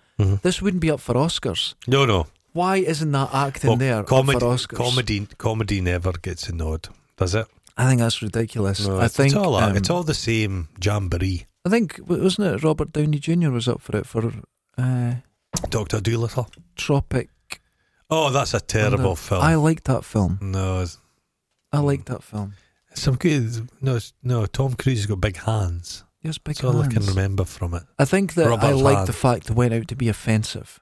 this wouldn't be up for Oscars.
No, no.
Why isn't that acting
Well,
there up
comedy,
for Oscars?
comedy, comedy never gets a nod, does it?
I think that's ridiculous.
No,
I
it's-
think
it's all, that.
um,
it's all the same jamboree.
I think w- wasn't it Robert Downey Jr. was up for it for uh,
Doctor Doolittle.
Tropic.
Oh, that's a terrible
Thunder.
film.
I liked that film.
no, it's,
I liked that film.
some good. No, it's- no. Tom Cruise has got big hands.
Yes, big
That's all I can
hands.
remember from it.
I think that I
Robert's
liked
hand.
the fact that went out to be offensive.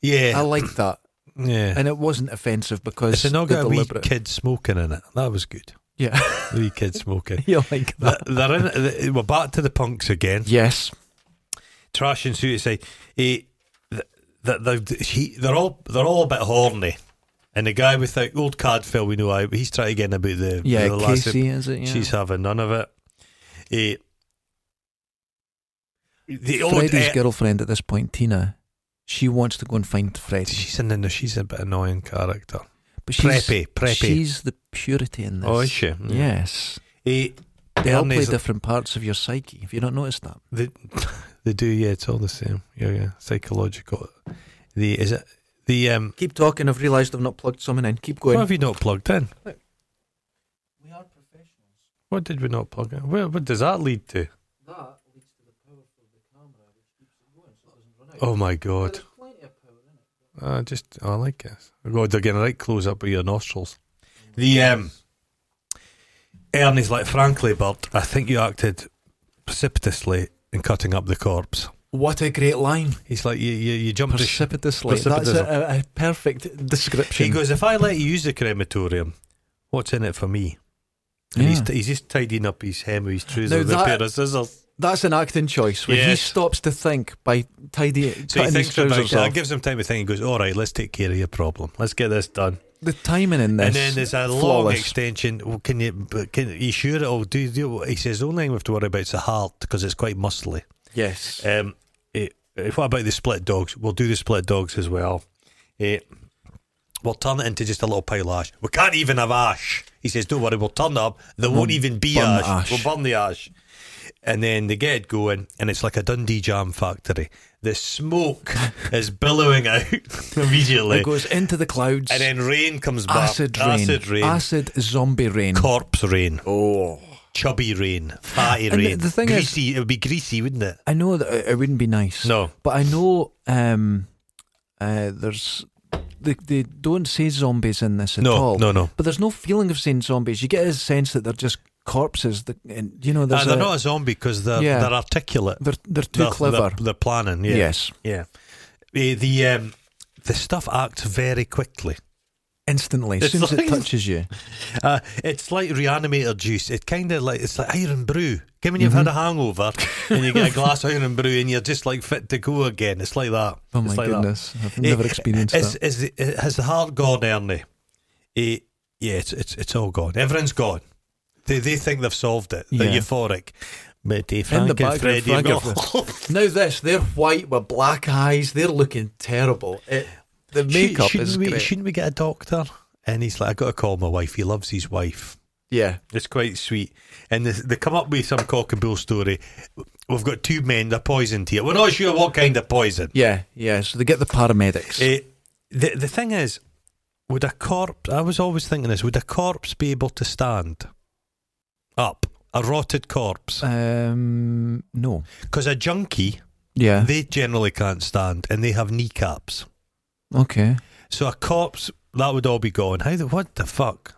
Yeah,
I liked that,
yeah.
and it wasn't offensive because
It's not
the
got a wee
deliberate.
kid smoking in it. That was good.
Yeah,
The wee kid smoking.
you like
Th-
that?
They're in. th- We're back to the punks again.
yes.
Trash and suicide. Eh, th- th- they've- he- They're all they're all a bit horny, and the guy with the old card fell we know how he's trying to get in about the
Yeah,
the lassie.
Casey is it? Yeah.
She's having none of it. Eh, the old
Freddie's
eh,
girlfriend at this point, Tina. She wants to go and find Freddie,
She's an she's a bit annoying character.
but she's
Preppy, preppy.
she's the purity in this.
oh, is she?
Yes.
He,
They all play
Ernie's,
different parts of your psyche. Have you not noticed that?
the, They do, yeah. It's all the same. Yeah, yeah. Psychological. The is it the um?
Keep talking. I've realised I've not plugged something in. Keep
What
going.
have you not plugged in?
We are professionals.
What did we not plug in? Where, what does that lead to?
That leads to the power for the camera, which keeps it going so it doesn't run out.
Oh my god!
plenty of power in it.
I just I like this. God, they're getting right close up of your nostrils. The um, Ernie's like, frankly, Bert, I think you acted precipitously in cutting up the corpse.
What a great line.
He's like, you you, you jumped the ship.
Precipitously. That's
Precipitously.
a, a- a perfect description.
He goes, if I let you use the crematorium, what's in it for me? And
Yeah.
he's, he's just tidying up his hem of his
Now
trousers with a
that-
pair of scissors.
That's an acting choice where he
Yes.
stops to think by tidy
So he
cutting his
thinks about it.
trousers
So That
off.
gives him time to think. He goes, all right, let's take care of your problem. Let's get this done.
The timing in this.
and then there's a long
flawless.
extension. Well, can you? but Can you sure it'll do? do he says the only thing we have to worry about is the heart because it's quite muscly.
Yes.
Um, eh, eh, what about the split dogs? We'll do the split dogs as well. Eh, we'll turn it into just a little pile of ash. We can't even have ash. He says, "Don't worry, we'll turn it up. There won't even be
burn
ash.
the ash."
We'll burn the ash." And then they get it going, and it's like a Dundee jam factory. The smoke is billowing out immediately,
it goes into the clouds.
and then rain comes back.
acid rain.
acid rain,
Acid zombie rain.
corpse rain
oh.
chubby rain, fatty
And the-
rain.
the thing is-
greasy, it would be greasy, wouldn't it?
I know that it- it wouldn't be nice.
No.
But I know um, uh, there's. They, they don't say zombies in this at
No,
all.
no, no.
But there's no feeling of saying zombies. You get a sense that they're just corpses. That, and, you know,
Uh,
there's
they're
a-
not a zombie because they're,
Yeah.
they're articulate.
they're, they're too
they're,
clever.
They're, they're planning, yeah.
Yes.
Yeah. Eh, The, um, the stuff acts very quickly.
Instantly, as
It's
soon as it
like-
touches you.
Uh, it's like reanimator juice. It kind of like it's like iron brew. Come when you've
Mm-hmm.
had a hangover and you get a glass of iron brew and you're just like fit to go again. It's like that.
Oh my
It's like that.
goodness. I've
Eh,
never experienced
is,
that.
is the, eh, has the heart gone, Ernie? Eh, yeah, it's, it's it's all gone. Everyone's gone. They they think they've solved it. They're
Yeah.
euphoric. But they
In
Frank
the
and
background,
Freddie have
Frank
got-
Now this, they're white with black eyes. They're looking terrible. It, the makeup
shouldn't
is
we,
great.
Shouldn't we get a doctor? And he's like, I got to call my wife. He loves his wife.
yeah,
It's quite sweet. And they, they come up with some cock and bull story. We've got two men. They're poisoned here. We're not sure what kind of poison.
yeah, yeah. So they get the paramedics.
Eh, the the thing is, would a corpse? I was always thinking this. Would a corpse be able to stand up? A rotted corpse,
Eh, um, no.
because a junkie
Yeah.
they generally can't stand and they have kneecaps.
okay.
So a corpse that would all be gone. How the what the fuck?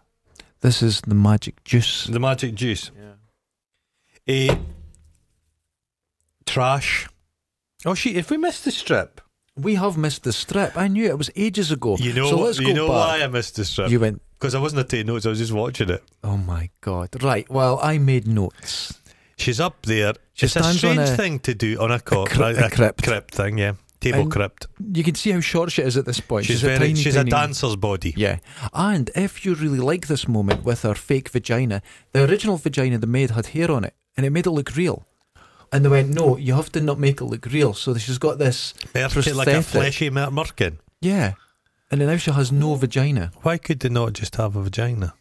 This is the magic juice.
The magic juice.
Yeah.
Eh, trash. Oh she If we missed the strip,
We have missed the strip. I knew it, it was ages ago.
you know.
So let's
you
go
know
back.
why I missed the strip?
You went.
Because I wasn't taking notes. I was just watching it.
Oh my god. Right. Well, I made notes.
She's up there.
She
it's a
stands on
strange
a-
thing to do on a, cor-
cri- a crypt.
crypt thing, yeah. Table
And
crypt.
You can see how short she is at this point.
She's,
She's,
very.
a tiny,
she's
tiny-
a dancer's body.
Yeah. And if you really like this moment with her fake vagina, the original vagina they made had hair on it and it made it look real. And they went, no, you have to not make it look real. So she's got this.
Bertie, like a
Prosthetic.
fleshy mer- merkin.
Yeah. And then now she has no vagina.
Why could they not just have a vagina?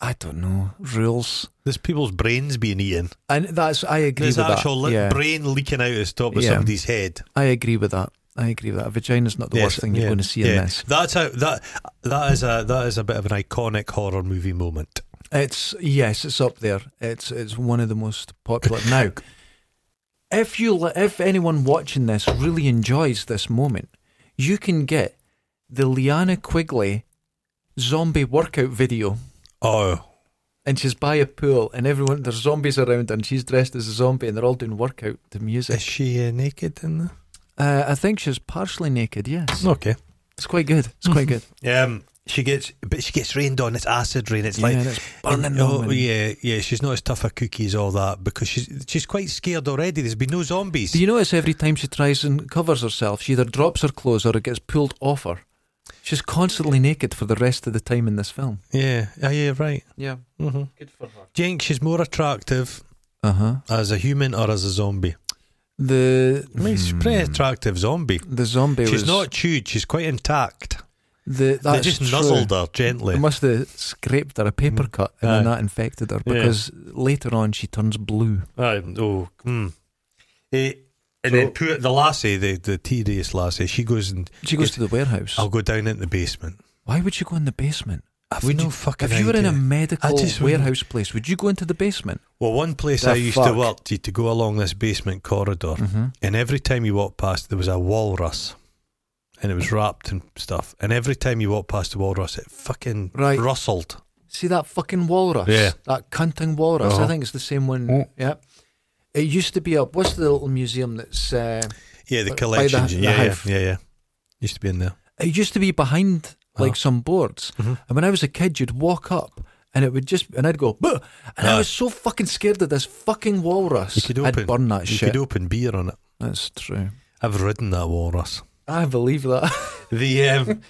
I don't know. Rules.
There's people's brains being eaten.
And that's, I agree
There's
with
actual
that.
li-
yeah.
brain leaking out of the top of
Yeah.
somebody's head.
I agree with that. I agree with that. A vagina's not the
Yes,
worst thing you're
yeah,
going to see in
yeah.
this.
That's how that that is a that is a bit of an iconic horror movie moment.
It's yes, it's up there. It's it's one of the most popular now. If you li- if anyone watching this really enjoys this moment, you can get the Liana Quigley zombie workout video,
Oh,
and she's by a pool, and everyone there's zombies around, and she's dressed as a zombie, and they're all doing workout to
is
music.
she uh, naked in there?
Uh, I think she's partially naked. Yes,
Okay.
it's quite good. It's quite good.
Um, she gets but she gets rained on. It's acid rain. It's
Yeah,
like
and it's burning
And-
them
oh,
and-
yeah, yeah. She's not as tough a cookie as all that because she's she's quite scared already. There's been no zombies.
Do you notice every time she tries and covers herself, she either drops her clothes or it gets pulled off her? She's constantly naked for the rest of the time in this film.
yeah, yeah, yeah, right.
Yeah,
Mm-hmm.
good for her.
Do you think she's more attractive
Uh huh.
as a human or as a zombie? Hmm.
The
I mean, she's a pretty attractive zombie.
the zombie
she's
was
not chewed. She's quite intact.
the
They
that's
just
true.
nuzzled her
They
gently.
must have scraped her a paper cut and then
Aye.
that infected her
Yeah. hmm.
because later on she turns blue.
Aye, oh, mm. Eh, And then poor, the lassie, the, the tedious lassie, she goes and
She goes to the warehouse.
I'll go down into the basement.
Why would you go in the basement?
I've
Would
no
you,
fucking
if you were in a
idea. I
medical
just wouldn't-
warehouse place, would you go into the basement?
Well, one place
The
I used to
fuck?
work, you had to go along this basement corridor,
Mm-hmm.
and every time you walked past, there was a walrus, and it was wrapped and stuff. And every time you walked past the walrus, it fucking
Right.
rustled.
See that fucking walrus?
Yeah.
That cunting walrus.
Uh-huh.
I think it's the same one.
Mm.
Yeah. It used to be up. What's the little museum that's. Uh,
Yeah, the
By the-
collections.
the
yeah, yeah,
hive.
yeah, yeah. Used to be in there.
it used to be behind like
Uh-huh.
some boards. And when I was a kid, you'd walk up and it would just. And I'd go, "Bah!" and I
Ah.
was so fucking scared of this fucking walrus.
You could open.
I'd burn that
you
shit.
could open beer on it.
That's true.
I've ridden that walrus.
I believe that.
The um,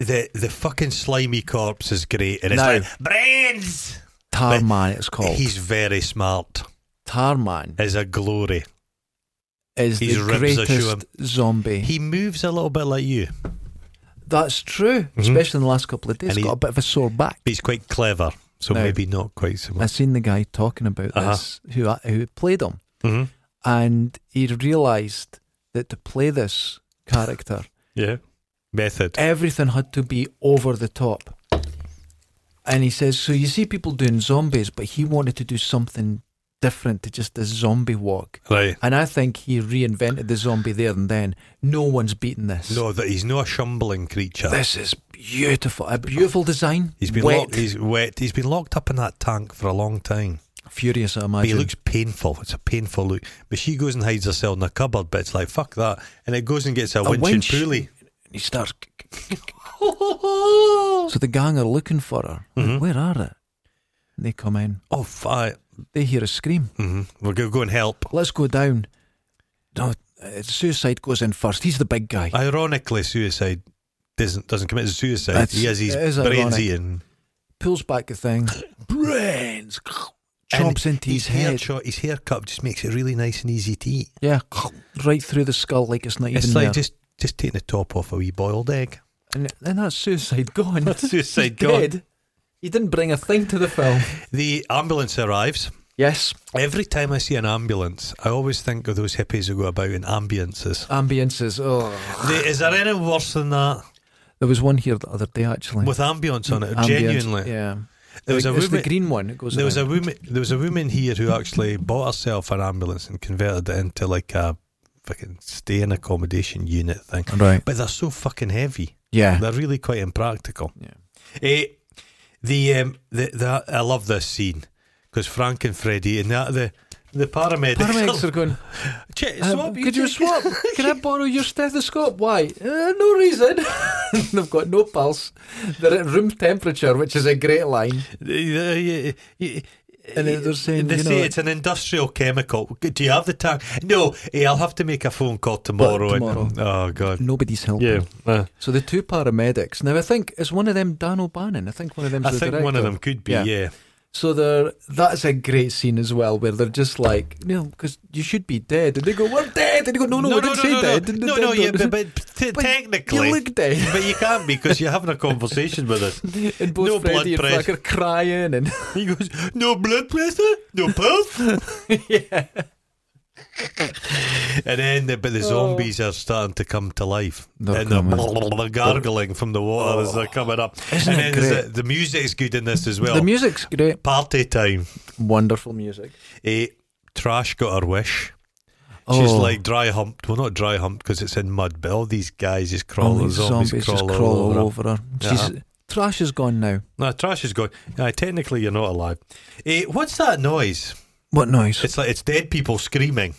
the the fucking slimy corpse is great, and it's
No.
like brains.
Tarman, it's called.
He's very smart.
Tarman
Is a glory.
is
his
the
ribs are showing.
greatest zombie.
He moves a little bit like you,
That's true, especially in the last couple of days.
Mm-hmm. And he-
got a bit of a sore back.
but he's quite clever. So
No.
maybe not quite so
I
much.
seen the guy talking about
Uh-huh.
this who who played him,
hmm
and he realised that to play this character,
Yeah. Method.
Eh. everything had to be over the top. And he says, so you see people doing zombies, but he wanted to do something different to just a zombie walk.
Right.
And I think he reinvented the zombie there and then. No one's beaten this.
No, that he's not a shambling creature.
This is beautiful. A beautiful design.
He's been
Wet.
locked. He's wet. He's been locked up in that tank for a long time.
furious, I
But he
imagine.
looks painful. It's a painful look. But she goes and hides herself in a cupboard. But it's like fuck that. And it goes and gets a,
A
winch,
winch.
and pulley.
And he starts.
Oh,
so the gang are looking for her.
Mhm.
Where are they? And they come in.
Oh fuck!
They hear a scream.
hmm We're gonna go and help.
Let's go down. No, uh, suicide goes in first. He's the big guy.
Ironically, suicide doesn't doesn't commit suicide.
That's-
he has his
it is
brains
ironic.
in.
Pulls back the thing. Brains. Chomps into his
hair
head.
chop- his haircut just makes it really nice and easy to eat.
yeah. Right through the skull like it's not
It's
even
like
there.
just just taking the top off a wee boiled egg.
and, and that's suicide gone.
That's suicide
He's
gone.
dead. He didn't bring a thing to the film.
The ambulance arrives.
Yes.
Every time I see an ambulance, I always think of those hippies who go about in ambulances.
Ambiences. Oh.
They- Is there any worse than that
There was one here the other day actually.
with ambulance on it?
Ambience,
genuinely,
Yeah.
there was a
it's the
woman.
green one. It goes.
There was a
around.
woman. There was a woman here who actually bought herself an ambulance and converted it into like a fucking stay in accommodation unit thing.
right.
But they're so fucking heavy.
Yeah.
They're really quite impractical.
Yeah.
Eh, the, um, the the I love this scene because Frank and Freddie and that the the paramedics.
Paramedics are going.
Che-
um,
swap,
could you
take-
swap? Can I borrow your stethoscope? Why? Uh, no reason. They've got no pulse. They're at room temperature, which is a great line.
And
then they're saying,
they
you
say
know-
it's an industrial chemical. Do you have the time? No, eh, I'll have to make a phone call tomorrow. and-
tomorrow.
oh God.
Nobody's helping.
uh,
So the two paramedics. Now I think is one of them Dan O'Bannon. I think one of them.
I think one of them could be.
Yeah.
Yeah.
So they're that's a great scene as well, where they're just like, no, because you should be dead, and they go, we're dead, and they go, no, no, we didn't say
no,
dead.
no,
Didn't-
no,
didn't-
no, yeah, but,
didn't."
but t-
But
technically,
you look dead.
but you can't because you're having a conversation with us.
And both
no
Freddie and
blood
Frank are crying, and
He goes, no blood pressure, no pulse.
yeah.
And then, the, but the zombies are starting to come to life,
They're
and Oh. they're Oh.
coming.
gargling from the water as they're coming up.
Isn't
and
it
then there's
great?
The, the music's good in this as well.
The music's great.
Party time.
Wonderful music.
Eh, Trash got her wish.
Oh.
She's like dry humped. Well, not dry humped because it's in mud, but all these guys just crawl,
All
all
these
zombies,
zombies
crawl,
just crawl
all over. her.
over her. She's trash is gone now.
No, trash is gone. Aye, technically, you're not alive. Eh, what's that noise?
What noise?
It's like it's dead people screaming.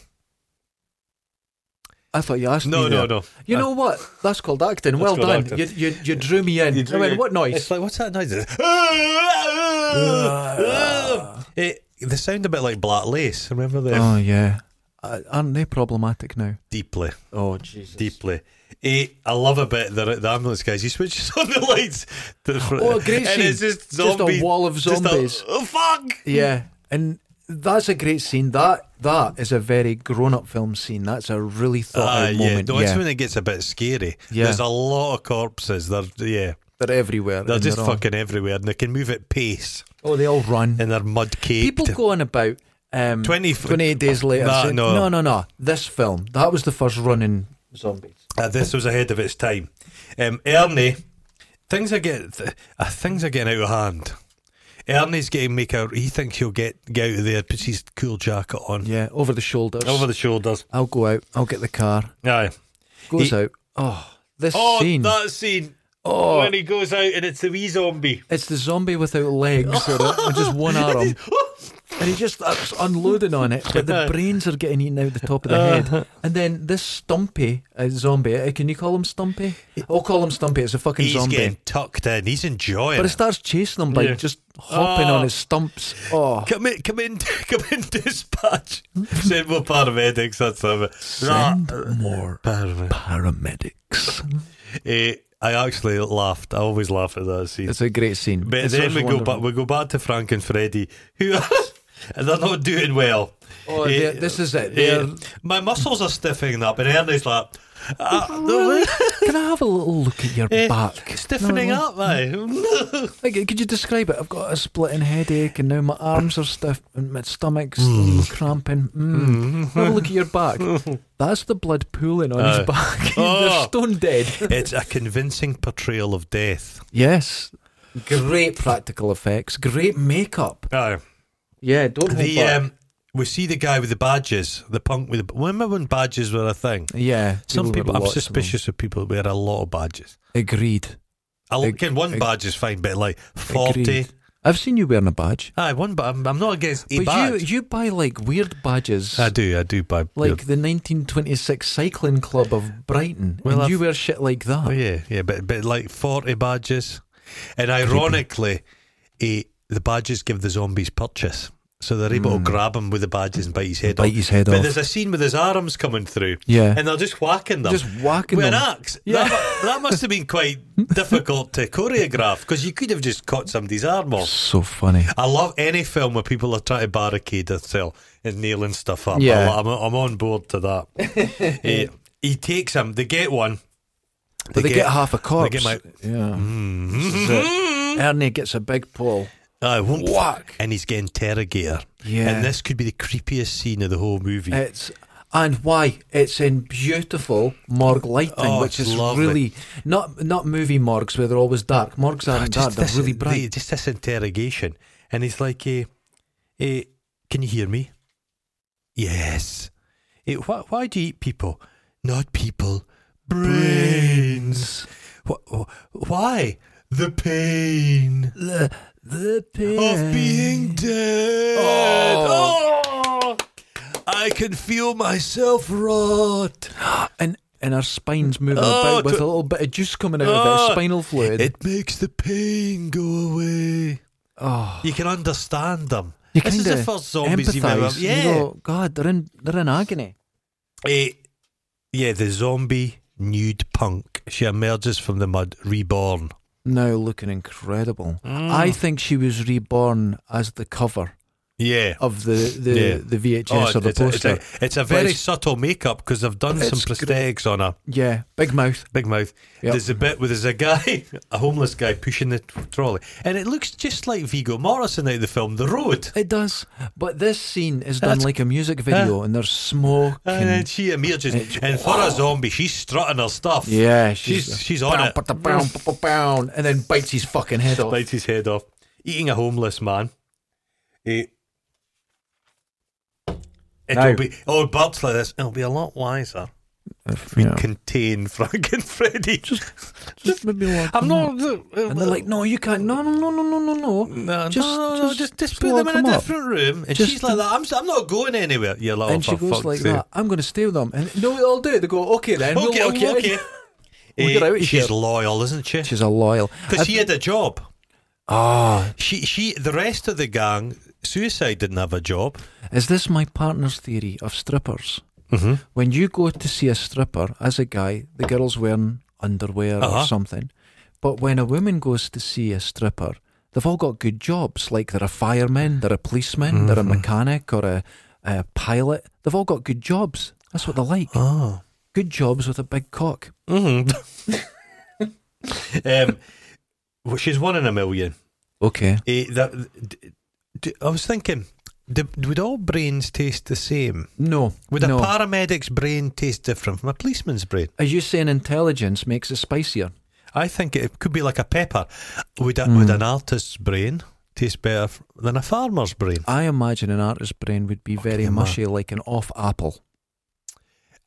I thought you asked
No,
me.
no,
there.
no. Uh,
You know what? That's called acting. well
called
done.
acting.
You, you you drew me in. I went, what noise?
It's like what's that noise?
Ah.
it, Eh, they sound a bit like black lace. Remember them
oh yeah. Uh, aren't they problematic now?
deeply,
Oh Jesus.
deeply. Eh, I love a bit the, the ambulance guys. He switches on the lights. To the front,
Oh, a great
and
scene.
it's just
Just a
zombie,
wall of
just a-
zombies.
oh, fuck!
Yeah, and that's a great scene. That that is a very grown-up film scene. That's a really
Ah,
thought-out
yeah,
moment.
no, it's
yeah,
when it gets a bit scary.
Yeah.
There's a lot of corpses. They're yeah,
they're everywhere.
they're
and
just
all-
fucking everywhere, and they can move at pace,
Oh, they all run.
and they're mud caked.
People go on about Um,
20
28 days later.
Nah,
said,
no.
no, no, no. This film. That was the first running zombies.
Uh, this was ahead of its time. Um, Ernie, things are getting th- uh, things are getting out of hand. Ernie's getting make out. He thinks he'll get get out of there, puts his cool jacket on
Yeah, over the shoulders.
over the shoulders.
I'll go out. I'll get the car.
Aye.
Goes
He-
out. Oh, this
Oh,
scene.
that scene
oh,
when he goes out and it's the wee zombie.
it's the zombie without legs or, or just one arm, and he just that's unloading on it. But the brains are getting eaten out the top of the head, and then this Stumpy uh, zombie. uh, Can you call him Stumpy? I'll call him Stumpy. It's a fucking
He's
zombie.
getting tucked in. He's enjoying.
But it
It.
starts chasing him by
Yeah.
just hopping
Oh.
on his stumps. Oh,
Come in, come in, come in, dispatch. Send more paramedics. That's it.
send
Right.
more
Paramedic.
paramedics.
Eh, I actually laughed. I always laugh at that scene.
It's a great scene.
But
It's
then
just
we go
wonderful.
back. We go back to Frank and Freddy, who are and they're not doing well.
Oh,
Eh,
they're- this is it.
eh,
They're-
my muscles are stiffening up, and Ernie's like, "Ah,
Really? Can I have a little look at your
eh,
back?
stiffening
No,
up, mate.
Like, could you describe it? I've got a splitting headache, and now my arms are stiff, and my stomach's cramping. Mm.
Mm-hmm.
Have a look at your back. That's the blood pooling on
Aye.
his back.
Oh.
They're stone dead.
it's a convincing portrayal of death.
Yes. Great practical effects. Great makeup. Yeah, don't hold
the
back.
um, we see the guy with the badges, the punk with. The, remember when badges were a thing?
yeah.
Some
were
people, I'm
lots of them.
suspicious of people who had a lot of badges.
Agreed.
I
Ag-
can one
ag-
badge is fine, but like forty.
Agreed. I've seen you wearing a badge.
Aye, one, but I'm, I'm not against a
but
badge.
you you buy like weird badges.
I do, I do buy
like the 1926 Cycling Club of Brighton,
Well,
and
I've-
you wear shit like that.
Oh yeah, yeah, but but like forty badges, and ironically, eh, the badges give the zombies purchase, so they're able to grab him with the badges and bite his head
Hmm. Bite
off.
his head
but
off.
there's a scene with his arms coming through,
Yeah.
and they're just whacking them,
Just whacking
with
them.
an axe.
Yeah.
That, mu- that must have been quite difficult to choreograph because you could have just caught somebody's arm off.
So funny.
I love any film where people are trying to barricade themselves and nailing stuff up.
Yeah.
I, am I'm on board to that. Eh, he takes him. They get one.
But they, get, half a corpse.
get my- Mm-hmm.
yeah. This is it. Ernie gets a big pull.
Aye, whoomp.
Whack.
And he's getting interrogator.
Yeah.
And this could be the creepiest scene of the whole movie.
It's and why it's in beautiful morgue lighting,
Oh,
which
it's
is
lovely.
really not not movie morgues where they're always dark. Morgues aren't dark; they're
Oh, this,
really
the-
bright.
just this interrogation. And he's like, eh, eh, can you hear me? Yes. Eh, wh- why do you eat people? Not people. Brains. Wh- wh- why? The pain
The, the
of being dead.
Oh.
Oh. I can feel myself rot.
and and our spines moving
Oh,
about with
to-
a little bit of juice coming out of
Oh.
it, spinal fluid.
It makes the pain go away.
oh,
You can understand them.
you
this is
kinda
the first zombies you've ever.
empathise. You
Yeah.
go, God, they're in they're in agony.
Eh, yeah, the zombie nude punk. She emerges from the mud, reborn.
Now looking incredible.
Mm.
I think she was reborn as the cover
Yeah.
of the the,
Yeah. Oh,
the VHS or the
it's, a, it's,
poster.
a, it's a very
it's-
subtle makeup because they've done some
It's gr-
prosthetics on her.
yeah, big mouth.
Big mouth.
Yep.
There's a bit where there's a guy, a homeless guy, pushing the t- trolley, and it looks just like Vigo Morrison out of the film The Road.
It does, but this scene is done
That's- Uh,
like a music video, and there's smoke.
And then
And,
she emerges,
It's-
and for a zombie, she's strutting her stuff.
yeah,
she's she's on it.
it. and then bites his fucking head off.
Bites his head off, eating a homeless man. Eh. It'll
Now-
be oh, Bert's like this. It'll be a lot wiser.
Yeah.
Contain Frank and Freddy.
Just maybe lock
I'm
them up.
not.
And they're like, no, you can't. No, no, no, no, no, no, no.
No,
Just-
no, no, no, just, just,
just
put them
lock 'em
in a
up.
different room. And
Just
she's like, that, I'm, s- I'm not going anywhere. You're like,
and
oh,
she
for
goes
fuck's
like
sake.
that. I'm going to steal them. And no, they'll do. it." They go, okay then.
Okay,
we'll lock you
okay.
in." We'll get
Eh,
out of
she's
here.
loyal, isn't she?
She's a loyal.
Because she had a job.
Ah,
She, she, the rest of the gang, suicide didn't have a job.
is this my partner's theory of strippers?
Mm-hmm.
When you go to see a stripper as a guy, the girl's wearing underwear
Uh-huh.
or something. But when a woman goes to see a stripper, they've all got good jobs. Like they're a fireman, they're a policeman, they're a
Mm-hmm.
mechanic or a, a pilot. They've all got good jobs. That's what they like.
Oh.
Good jobs with a big cock.
Mm-hmm. um, well, she's one in a million.
Okay.
Eh, that, d- d- I was thinking, Did, would all brains taste the same?
No.
Would
no.
a paramedic's brain taste different from a policeman's brain?
As you saying, intelligence makes it spicier.
I think it could be like a pepper. Would, a,
Hmm.
would an artist's brain taste better f- than a farmer's brain?
I imagine an artist's brain would be very
man.
mushy, like an off apple.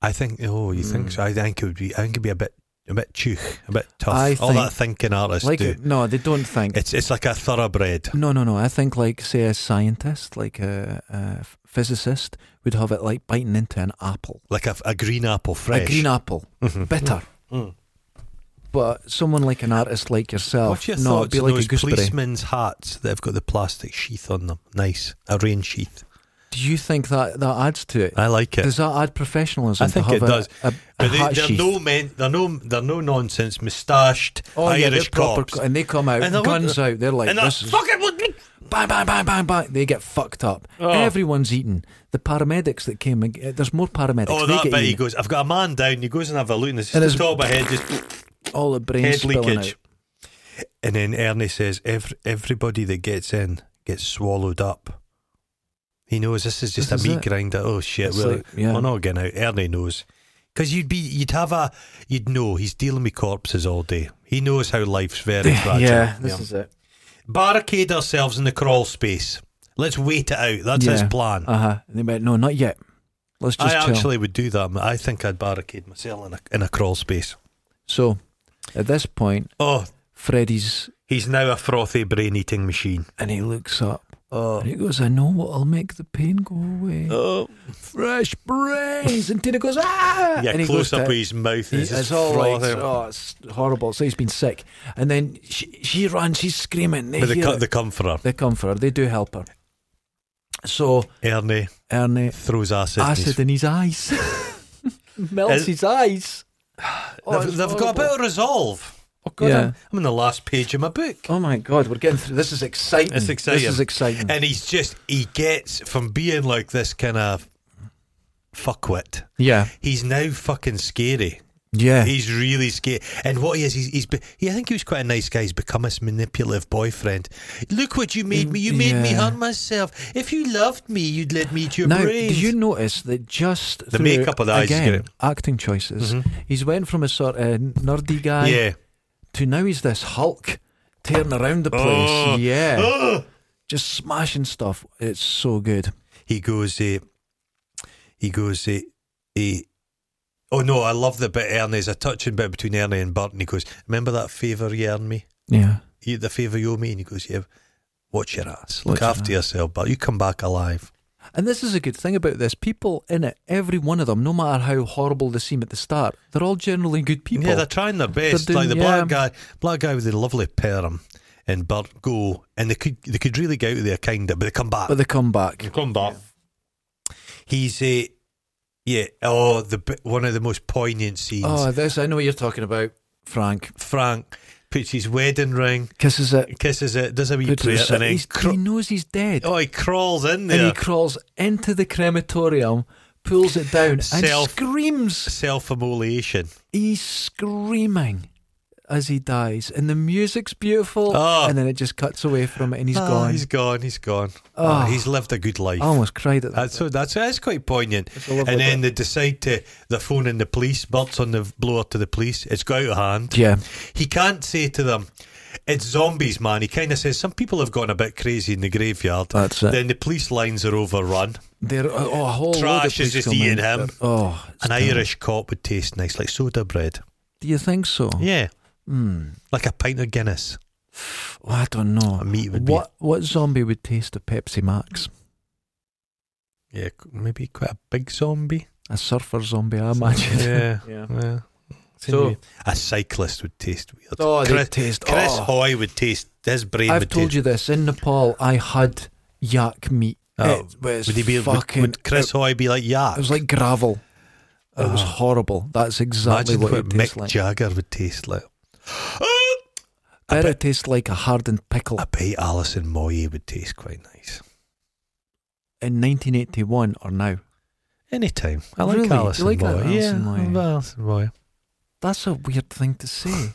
I think. Oh, you
Hmm.
think so? I think it would be. I think it'd be a bit, a bit chuch, a bit tough.
I
all
think-
that thinking artists
Like
do.
it- no, they don't think.
It's it's like a thoroughbred.
No, no, no. I think like say a scientist, like a, a physicist, would have it like biting into an apple,
like a, a green apple fresh.
a green apple, bitter.
Mm.
But someone like an artist like yourself,
What's your
Oh, no,
thoughts
it'd be like
on
a
those
gooseberry.
policemen's hats that have got the plastic sheath on them? Nice, a rain sheath.
Do you think that that adds to it?
I like it.
Does that add professionalism?
I think
to have
it
a,
does.
A, a
but they,
hat
they're
sheath?
no men. They're no. They're no nonsense moustached
oh, yeah, they're
Irish
proper,
cops.
co- and they come out,
And they're-
guns out. They're like,
and they're
this is
fucking.
bang, bang, bang, bang, bang. They get fucked up.
Oh.
Everyone's eaten. The paramedics that came, and- uh, there's more paramedics.
Oh,
they
that
get
bit he
eaten.
goes. I've got a man down. He goes and have a look, and it's just
And
the
his-
top of my head just
all the brains
head
spilling out.
leakage. And then Ernie says, Every, "Everybody that gets in gets swallowed up." He knows this is just
This
a
is
meat
it.
grinder. Oh shit!
It's
We're,
like- yeah.
we're not getting out. Ernie knows because you'd be, you'd have a, you'd know he's dealing with corpses all day. He knows how life's very fragile.
Yeah, this is it.
Barricade ourselves in the crawl space. Let's wait it out. That's his
Yeah.
plan.
Uh huh. They went, no, not yet. Let's just
I
chill.
actually would do that. I think I'd barricade myself in a, in a crawl space.
So, at this point,
Oh,
Freddy's
He's now a frothy brain eating machine.
and he looks up
Oh.
and he goes, "I know what'll make the pain go away."
oh.
Fresh brains, and Tina goes, "Ah!"
Yeah,
and he
close
goes
up
to-
with his mouth.
He,
He's
it's
just
all like,
frothy.
oh, it's horrible. So he's been sick, and then she, she runs, she's screaming. They,
But they,
hear
co-
it.
they come for her.
they come for her. They do help her. So
Ernie
Ernie
throws acid. in his-
acid in his eyes. Melts
Is-
his eyes. Oh,
they've
it's
they've got a
horrible.
bit of resolve. Oh, God,
Yeah.
I'm, I'm in the last page of my book.
Oh my god, we're getting through. This is exciting.
It's exciting.
This is exciting.
And he's just, he gets from being like this kind of fuckwit,
yeah,
he's now fucking scary.
yeah.
He's really scary. And what he is, he's, he's be- he, I think he was quite a nice guy. He's become his manipulative boyfriend. Look what you made me. You made me
Yeah.
harm myself. If you loved me, you'd let me eat your
now,
brains.
did you notice that just
The
through,
makeup of the eyes is
again,
great.
acting choices, he's went from a sort of nerdy guy
yeah.
to now he's this Hulk tearing around the place.
Oh.
Yeah,
Oh.
just smashing stuff. It's so good.
He goes. Uh, he goes. Uh, uh, oh no! I love the bit. Ernie's a touching bit between Ernie and Bert, and he goes, "Remember that favour you earned me?
Yeah,
You, the favour you owe me?" And he goes, "Yeah." Watch your ass. Look
Watch your
after yourself, Bert. You come back alive.
and this is a good thing about this. People in it, every one of them, no matter how horrible they seem at the start, they're all generally good people.
Yeah, they're trying their best.
doing-
like the
yeah.
black guy, black guy with the lovely perm and Bert go, and they could they could really get out of there kind of, but they come back.
but they come back.
come back. He's a yeah. Oh, the bi- one of the most poignant scenes.
Oh, this I know what you're talking about, Frank.
Frank puts his wedding ring,
Kisses it.
kisses it, does a wee
Puts it
prayer,
aside.
and then
He's-
cr-
he knows he's dead.
oh, he crawls in
and he
there,
crawls into the crematorium, pulls it down, and
Self-
screams.
self immolation.
He's screaming as he dies, and the music's beautiful.
Oh.
And then it just cuts away from it, and he's
Ah,
gone.
He's gone. He's gone.
Oh.
Ah, he's lived a good life.
I almost cried at that.
That's so that's that's quite poignant.
a lovely
And then they decide to the phone in the police, Bert's on the blower to the police. It's got out of hand.
yeah,
He can't say to them, It's zombies, man. He kinda says some people have gone a bit crazy in the graveyard.
That's it.
Then the police lines are overrun.
there. Oh, a whole load of
Trash
police
is just
come in.
eating him.
Oh, it's
An
terrible.
Irish cop would taste nice, like soda bread.
Do you think so?
Yeah.
Hmm.
Like a pint of Guinness.
Well, I don't know.
A meat would be-
what what zombie would taste a Pepsi Max?
Yeah, c- maybe quite a big zombie.
A surfer zombie, I imagine.
Yeah.
yeah.
yeah.
So-
a cyclist would taste weird.
Oh, they
Chris,
taste.
Chris
oh.
Hoy would taste his brain
I've
would
told
taste
you this. In Nepal, I had yak meat.
Oh,
it was
Would he be
fucking?
Would, would Chris
It,
Hoy be like, yeah?
it was like gravel. It was
Oh.
horrible. That's exactly
Imagine
what,
what,
it tastes
Mick
like.
Jagger would taste like. I
Bet
bet,
it tastes like a hardened pickle.
I bet Alison Moye would taste quite nice.
In 1981 or now,
Anytime. I like
Really? You
Alison
like that
Moy.
Alison
yeah,
Moy?
I love Alison Moy.
that's a weird thing to say.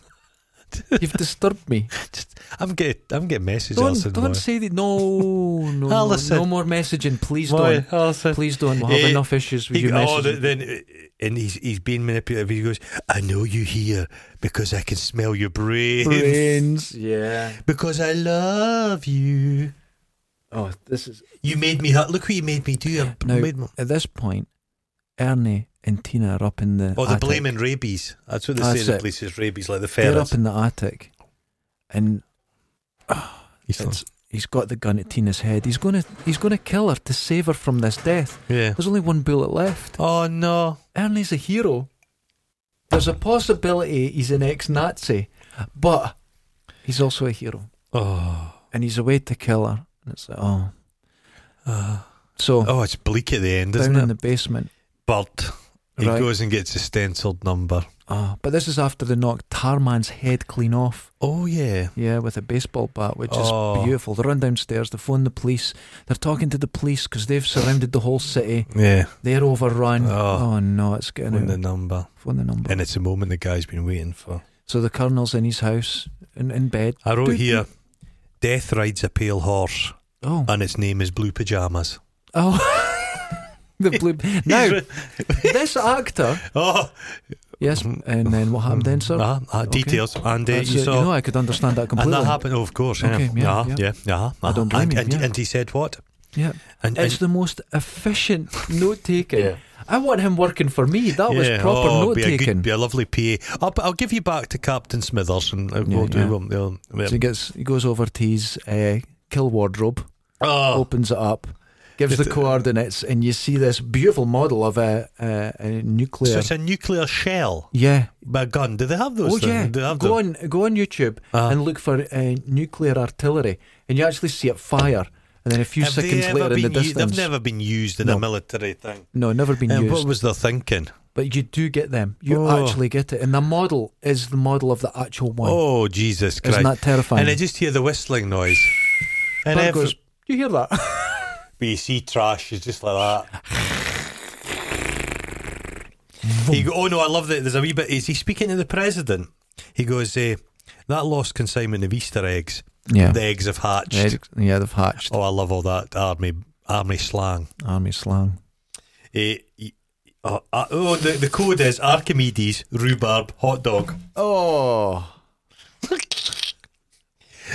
You've disturbed me.
Just, I'm getting, I'm getting messages.
Don't,
Alison,
don't
boy.
say that. No, no, no,
Alison.
no more messaging. Please
Boy,
don't.
Alison.
Please don't. We'll have
Eh,
enough issues with
He,
your
oh,
messaging.
th- then uh, and he's he's being manipulative. He goes, "I know you here because I can smell your brains.
Brains. Yeah.
Because I love you.
Oh, this is
You made me hurt. Look what you made me do. I
Now-
made me-
at this point. Ernie and Tina are up in the.
oh, they're
attic.
blaming rabies. That's what they
That's
say in the
it.
police is rabies, like the
They're
ferrets.
up in the attic, and it's, he's got the gun at Tina's head. He's gonna he's gonna kill her to save her from this death.
yeah.
There's only one bullet left.
Oh no.
Ernie's a hero. There's a possibility he's an ex-Nazi, but he's also a hero,
Oh.
and he's away to kill her. And it's like, oh,
Uh,
so
oh, it's bleak at the end,
down
isn't
in
it?
the basement.
But he
Right.
goes and gets a stenciled number.
Ah, but this is after they knocked Tarman's head clean off.
Oh yeah.
Yeah, with a baseball bat, which
Oh.
is beautiful. They run downstairs, they phone the police. They're talking to the police because they've surrounded the whole city.
Yeah.
They're overrun.
Oh.
Oh, no, it's getting
Won
out.
the number.
phone the number.
And it's a moment the guy's been waiting for.
so the colonel's in his house, in, in bed.
I wrote
Do-
here Death rides a pale horse
Oh,
and its name is Blue Pajamas.
oh, the blue. Now
He's re-
this actor.
oh,
Yes, and then what happened then, sir?
ah, ah, details. And uh,
That's
you
it.
saw.
know, I could understand that
and
completely.
that happened, oh, of course.
Okay, yeah,
yeah, yeah. yeah, ah,
I don't blame
and,
him,
and,
yeah.
and he said what?
Yeah,
And,
it's
and
the most efficient note taking.
Yeah.
I want him working for me. That was
yeah,
proper
oh,
note
be a
taking.
good, be a lovely PA. I'll, I'll give you back to Captain Smithers, and uh,
Yeah,
we'll do.
yeah.
We'll, we'll, we'll,
So he gets he goes over to his uh, kill wardrobe,
oh,
opens it up, gives
It-
the coordinates, and you see this beautiful model of a, a, a nuclear.
so it's a nuclear shell,
yeah.
by gun. Do they have those?
Oh
things?
yeah.
Do they have
Go
them?
on, go on YouTube
Ah.
and look for uh, nuclear artillery, and you actually see it fire, and then a few
Have they
seconds
ever
later in the
been u-
distance.
they've never been used in a
No.
military thing.
no, never been
And
used.
what was their thinking?
but you do get them. You
Oh.
actually get it, and the model is the model of the actual one.
Oh Jesus Christ!
Isn't that terrifying?
And I just hear the whistling noise. And
Bert
every
goes, you hear that?
BC trash is just like that. he go, oh no, I love that. There's a wee bit. Is he speaking to the president? He goes, eh, "That lost consignment of Easter eggs.
Yeah.
The eggs have hatched."
yeah, they've hatched
Oh, I love all that army army slang.
army slang.
Eh, he- uh, uh, oh, the, the code is Archimedes rhubarb hot dog.
Oh.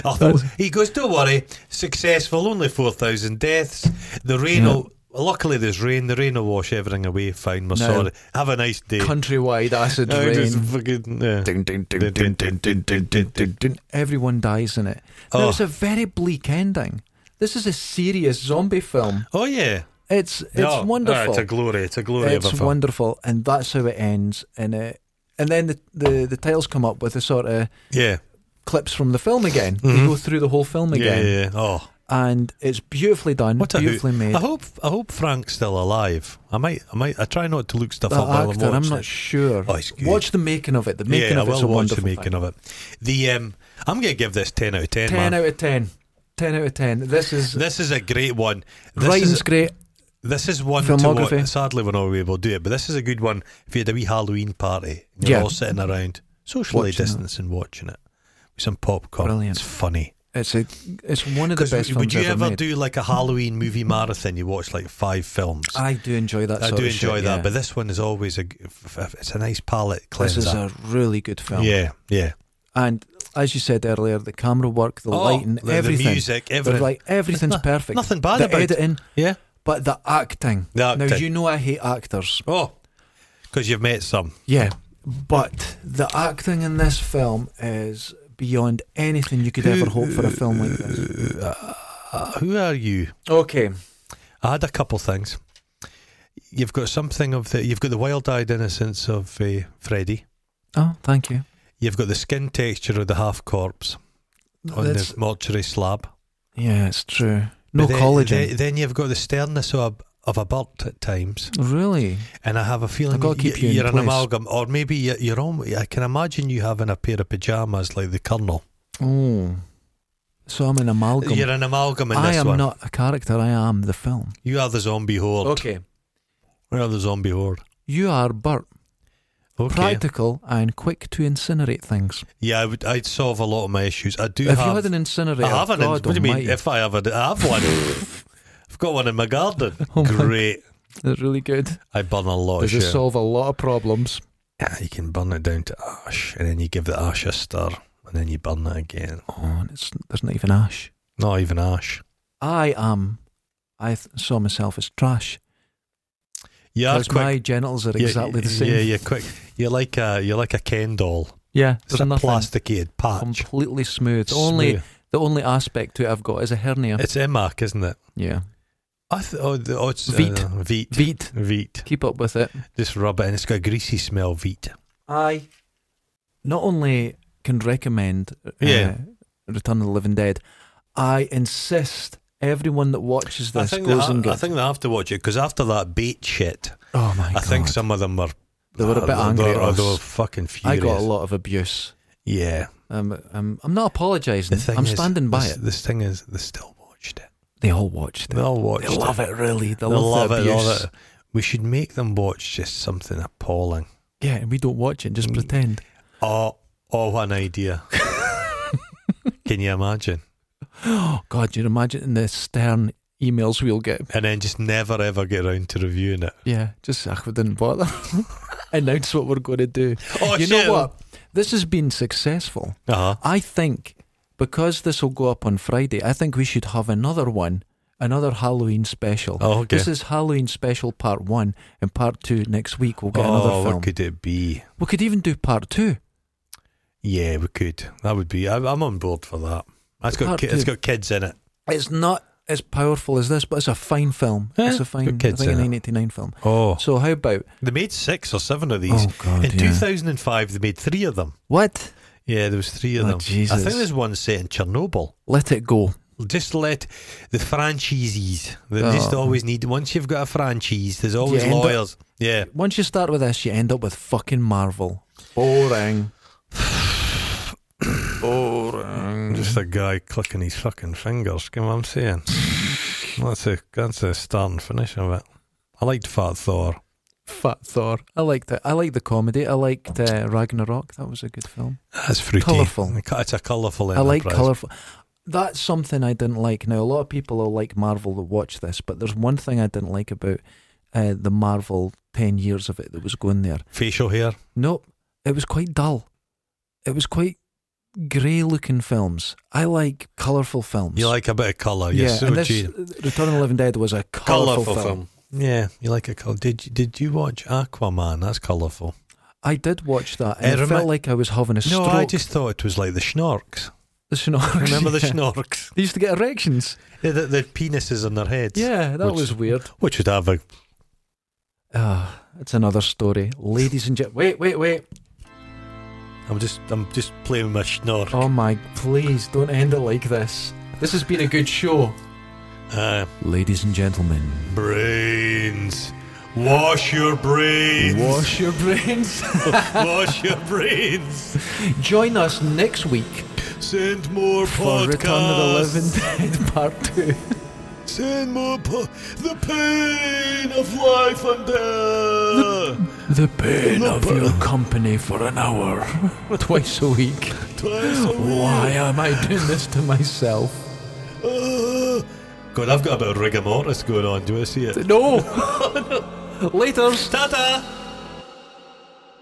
Oh, he goes, don't worry, successful, only 4,000 deaths. The rain will, luckily there's rain, the rain will wash everything away. Fine,
No.
we're sorry. Have a nice day.
countrywide acid
Oh,
rain.
just fucking, yeah.
Dun, dun, dun, dun, dun, dun, dun, dun, dun, dun. Everyone dies in it. Now,
Oh.
it's a very bleak ending. This is a serious zombie film.
Oh, yeah.
It's it's
Yeah. Oh,
wonderful.
it's a glory. It's a glory
it's
of a film.
wonderful, and that's how it ends. And it, and then the, the the titles come up with the sort of
yeah.
clips from the film again. You go through the whole film
Mm-hmm. yeah.
again,
Yeah, yeah. Oh,
and it's beautifully done,
what a hoot.
beautifully made.
I hope I hope Frank's still alive. I might I might I try not to look stuff
The
up while
actor,
I'm
I'm
watching.
not
it.
sure.
Oh, it's good.
Watch the making of it. The making
yeah,
of
I
it's a
will watch
wonderful
the making
thing.
of it. The um, I'm going to give this 10 out of 10,
Ten
man.
out of ten. Ten out of ten. This is
This is a great one. This is
Writing's great.
This is one to
Filmography.
watch. Sadly, we're not going to be able to do it, but this is a good one if you had a wee Halloween party. You're
Yeah.
all sitting around, socially
Watching it.
distancing, watching it with some popcorn.
Brilliant.
It's funny.
It's a, it's one of the
'Cause
best films
would you
ever,
ever,
made.
do like a Halloween movie marathon? You watch like five films. I,
I do enjoy Ah, that. sort
do
of
enjoy
shit,
that,
yeah.
but this one is always a. g- f- f- It's a nice palate
this
cleanser.
is a really good film.
yeah, yeah.
And as you said earlier, the camera work, the
Oh,
lighting,
the,
everything,
the music,
They're
everything.
like everything's
There's no-
perfect.
nothing bad
the
about it.
editing,
yeah.
but the acting.
The
Now
acting.
you know I hate actors.
Oh, because you've met some.
Yeah, but the acting in this film is beyond anything you could ever hope for a film like this.
Uh, who are you?
Okay.
I had a couple things. You've got something of the you've got the wild-eyed innocence of uh, Freddy.
Oh, thank you.
You've got the skin texture of the half corpse on
That's,
the mortuary slab.
yeah, it's true. No
But then,
collagen.
Then, then you've got the sternness of a, of a bird at times,
really?
and I have a feeling
I've gotta keep you in
are an
place.
amalgam, or maybe you're, you're almo- I can imagine you having a pair of pajamas like the Colonel.
Oh. So I'm an amalgam.
You're an amalgam in
I
this
am
one.
not a character, I am the film.
You are the zombie horde.
Okay.
You are the zombie horde.
You are Bert.
Okay.
practical, and quick to incinerate things.
Yeah, I would, I'd solve a lot of my issues. I do
if
have.
you had an incinerator,
I have an.
God
what do you mean?
almighty,
If I have, a, I have one. I've got one in my garden.
Oh my-
Great. Oh,
it's really good.
I burn a lot of
Does it
shit.
solve a lot of problems?
Yeah, you can burn it down to ash, and then you give the ash a stir, and then you burn it again.
Oh, and it's there's not even ash.
Not even ash.
I am. I th- saw myself as trash
Yeah,
because
quick.
my genitals are
yeah,
exactly the
yeah,
same.
Yeah, yeah, quick. You're like a you're like a Ken doll.
Yeah,
It's
there's
a
nothing.
plasticated patch.
Completely smooth. The only
Smooth.
the only aspect to it I've got is a hernia.
It's Emmac, isn't it?
yeah,
I th- oh, the, oh, it's
Veet.
Uh, Veet.
Veet.
Veet.
Keep up with it.
Just rub it, and it's got a greasy smell. Veet.
I not only can recommend uh,
Yeah.
Return of the Living Dead, I insist everyone that watches
I
this
think,
goes
that,
and
I, I
gets.
think they have to watch it because after that bait shit,
oh my
I
god!
think some of them were
They were a bit
they-
angry
They,
at
were-
us.
they were fucking
I
furious.
got a lot of abuse.
Yeah,
Um, um, I'm not
the
apologising.
thing
I'm
is,
standing by
this,
it.
This thing is they still watched it.
They all watched it.
They all watched
They
it.
love it, really. They,
They
love,
love
the
it. they
abuse.
love it. We should make them watch just something appalling.
Yeah, and we don't watch it. Just
Mm.
pretend.
Oh, oh, an idea. Can you imagine?
Oh God, you imagine the stern emails we'll get.
And then just never ever get around to reviewing it.
Yeah, just ah, we didn't bother. Announce what we're going to do.
Oh,
you
shit.
know what? This has been successful.
Uh-huh.
I think because this will go up on Friday, I think we should have another one, another Halloween special.
Oh, okay.
This is Halloween special part one, and part two next week we'll get
oh,
another film.
what could it be?
We could even do part two.
Yeah, we could. That would be. I, I'm on board for that. That's got.
Part
Ki- it's
two.
got kids in it.
It's not as powerful as this, but it's a fine film.
Eh,
it's a fine,
good kids
I think,
in
a
it.
1989 film.
Oh,
So how about
they made six or seven of these.
Oh, God,
in
yeah.
2005, they made three of them.
what?
Yeah, there was three of
Oh,
them. I
Jesus.
think there's one set in Chernobyl.
Let it go.
Just let the franchisees. They
Oh.
just always need. Once you've got a franchise, there's always
You end up-
lawyers. yeah.
Once you start with this, you end up with fucking Marvel. Boring. Boring.
Just a guy clicking his fucking fingers. Come on, I'm saying. That's a that's a start and finish of it. I liked Fat Thor.
Fat Thor. I liked it. I liked the comedy. I liked uh, Ragnarok. That was a good film.
That's fruity.
Colourful.
It's a colourful.
I like
enterprise.
colourful. That's something I didn't like. Now, a lot of people will like Marvel that watch this, but there's one thing I didn't like about uh, the Marvel 10 years of it that was going there.
facial hair.
Nope. It was quite dull. It was quite grey looking films. I like colourful films.
You like a bit of colour. You're
yeah,
so
and this
cheap.
Return of the Living Dead was a colourful, film.
Yeah, you like a colour. Did you, did you watch Aquaman? That's colourful.
I did watch that,
It
and it,
remi-
felt like I was having a
No,
stroke.
I just thought it was like the Schnorks.
the snorks.
Remember the
yeah.
Schnorks?
They used to get erections.
Yeah, they, they had penises on their heads.
Yeah, that
Which-
was weird.
Which would have a.
Ah, it's another story, ladies and gentlemen. Wait, wait, wait.
I'm just I'm just playing with my Schnork.
Oh my, please don't end it like this. This has been a good show, Oh.
Uh,
ladies and gentlemen.
brains. Wash your brains.
Wash your brains.
Wash your brains.
Join us next week
Send more
for
podcasts.
Return of the Living Dead Part Two.
Send more po- The pain of life and death.
The pain of your company for an hour, twice a week.
Twice a week.
Why am I doing this to myself?
Uh, God, I've got a bit of rigor mortis going on. Do I see it?
No. Later's.
Ta-ta!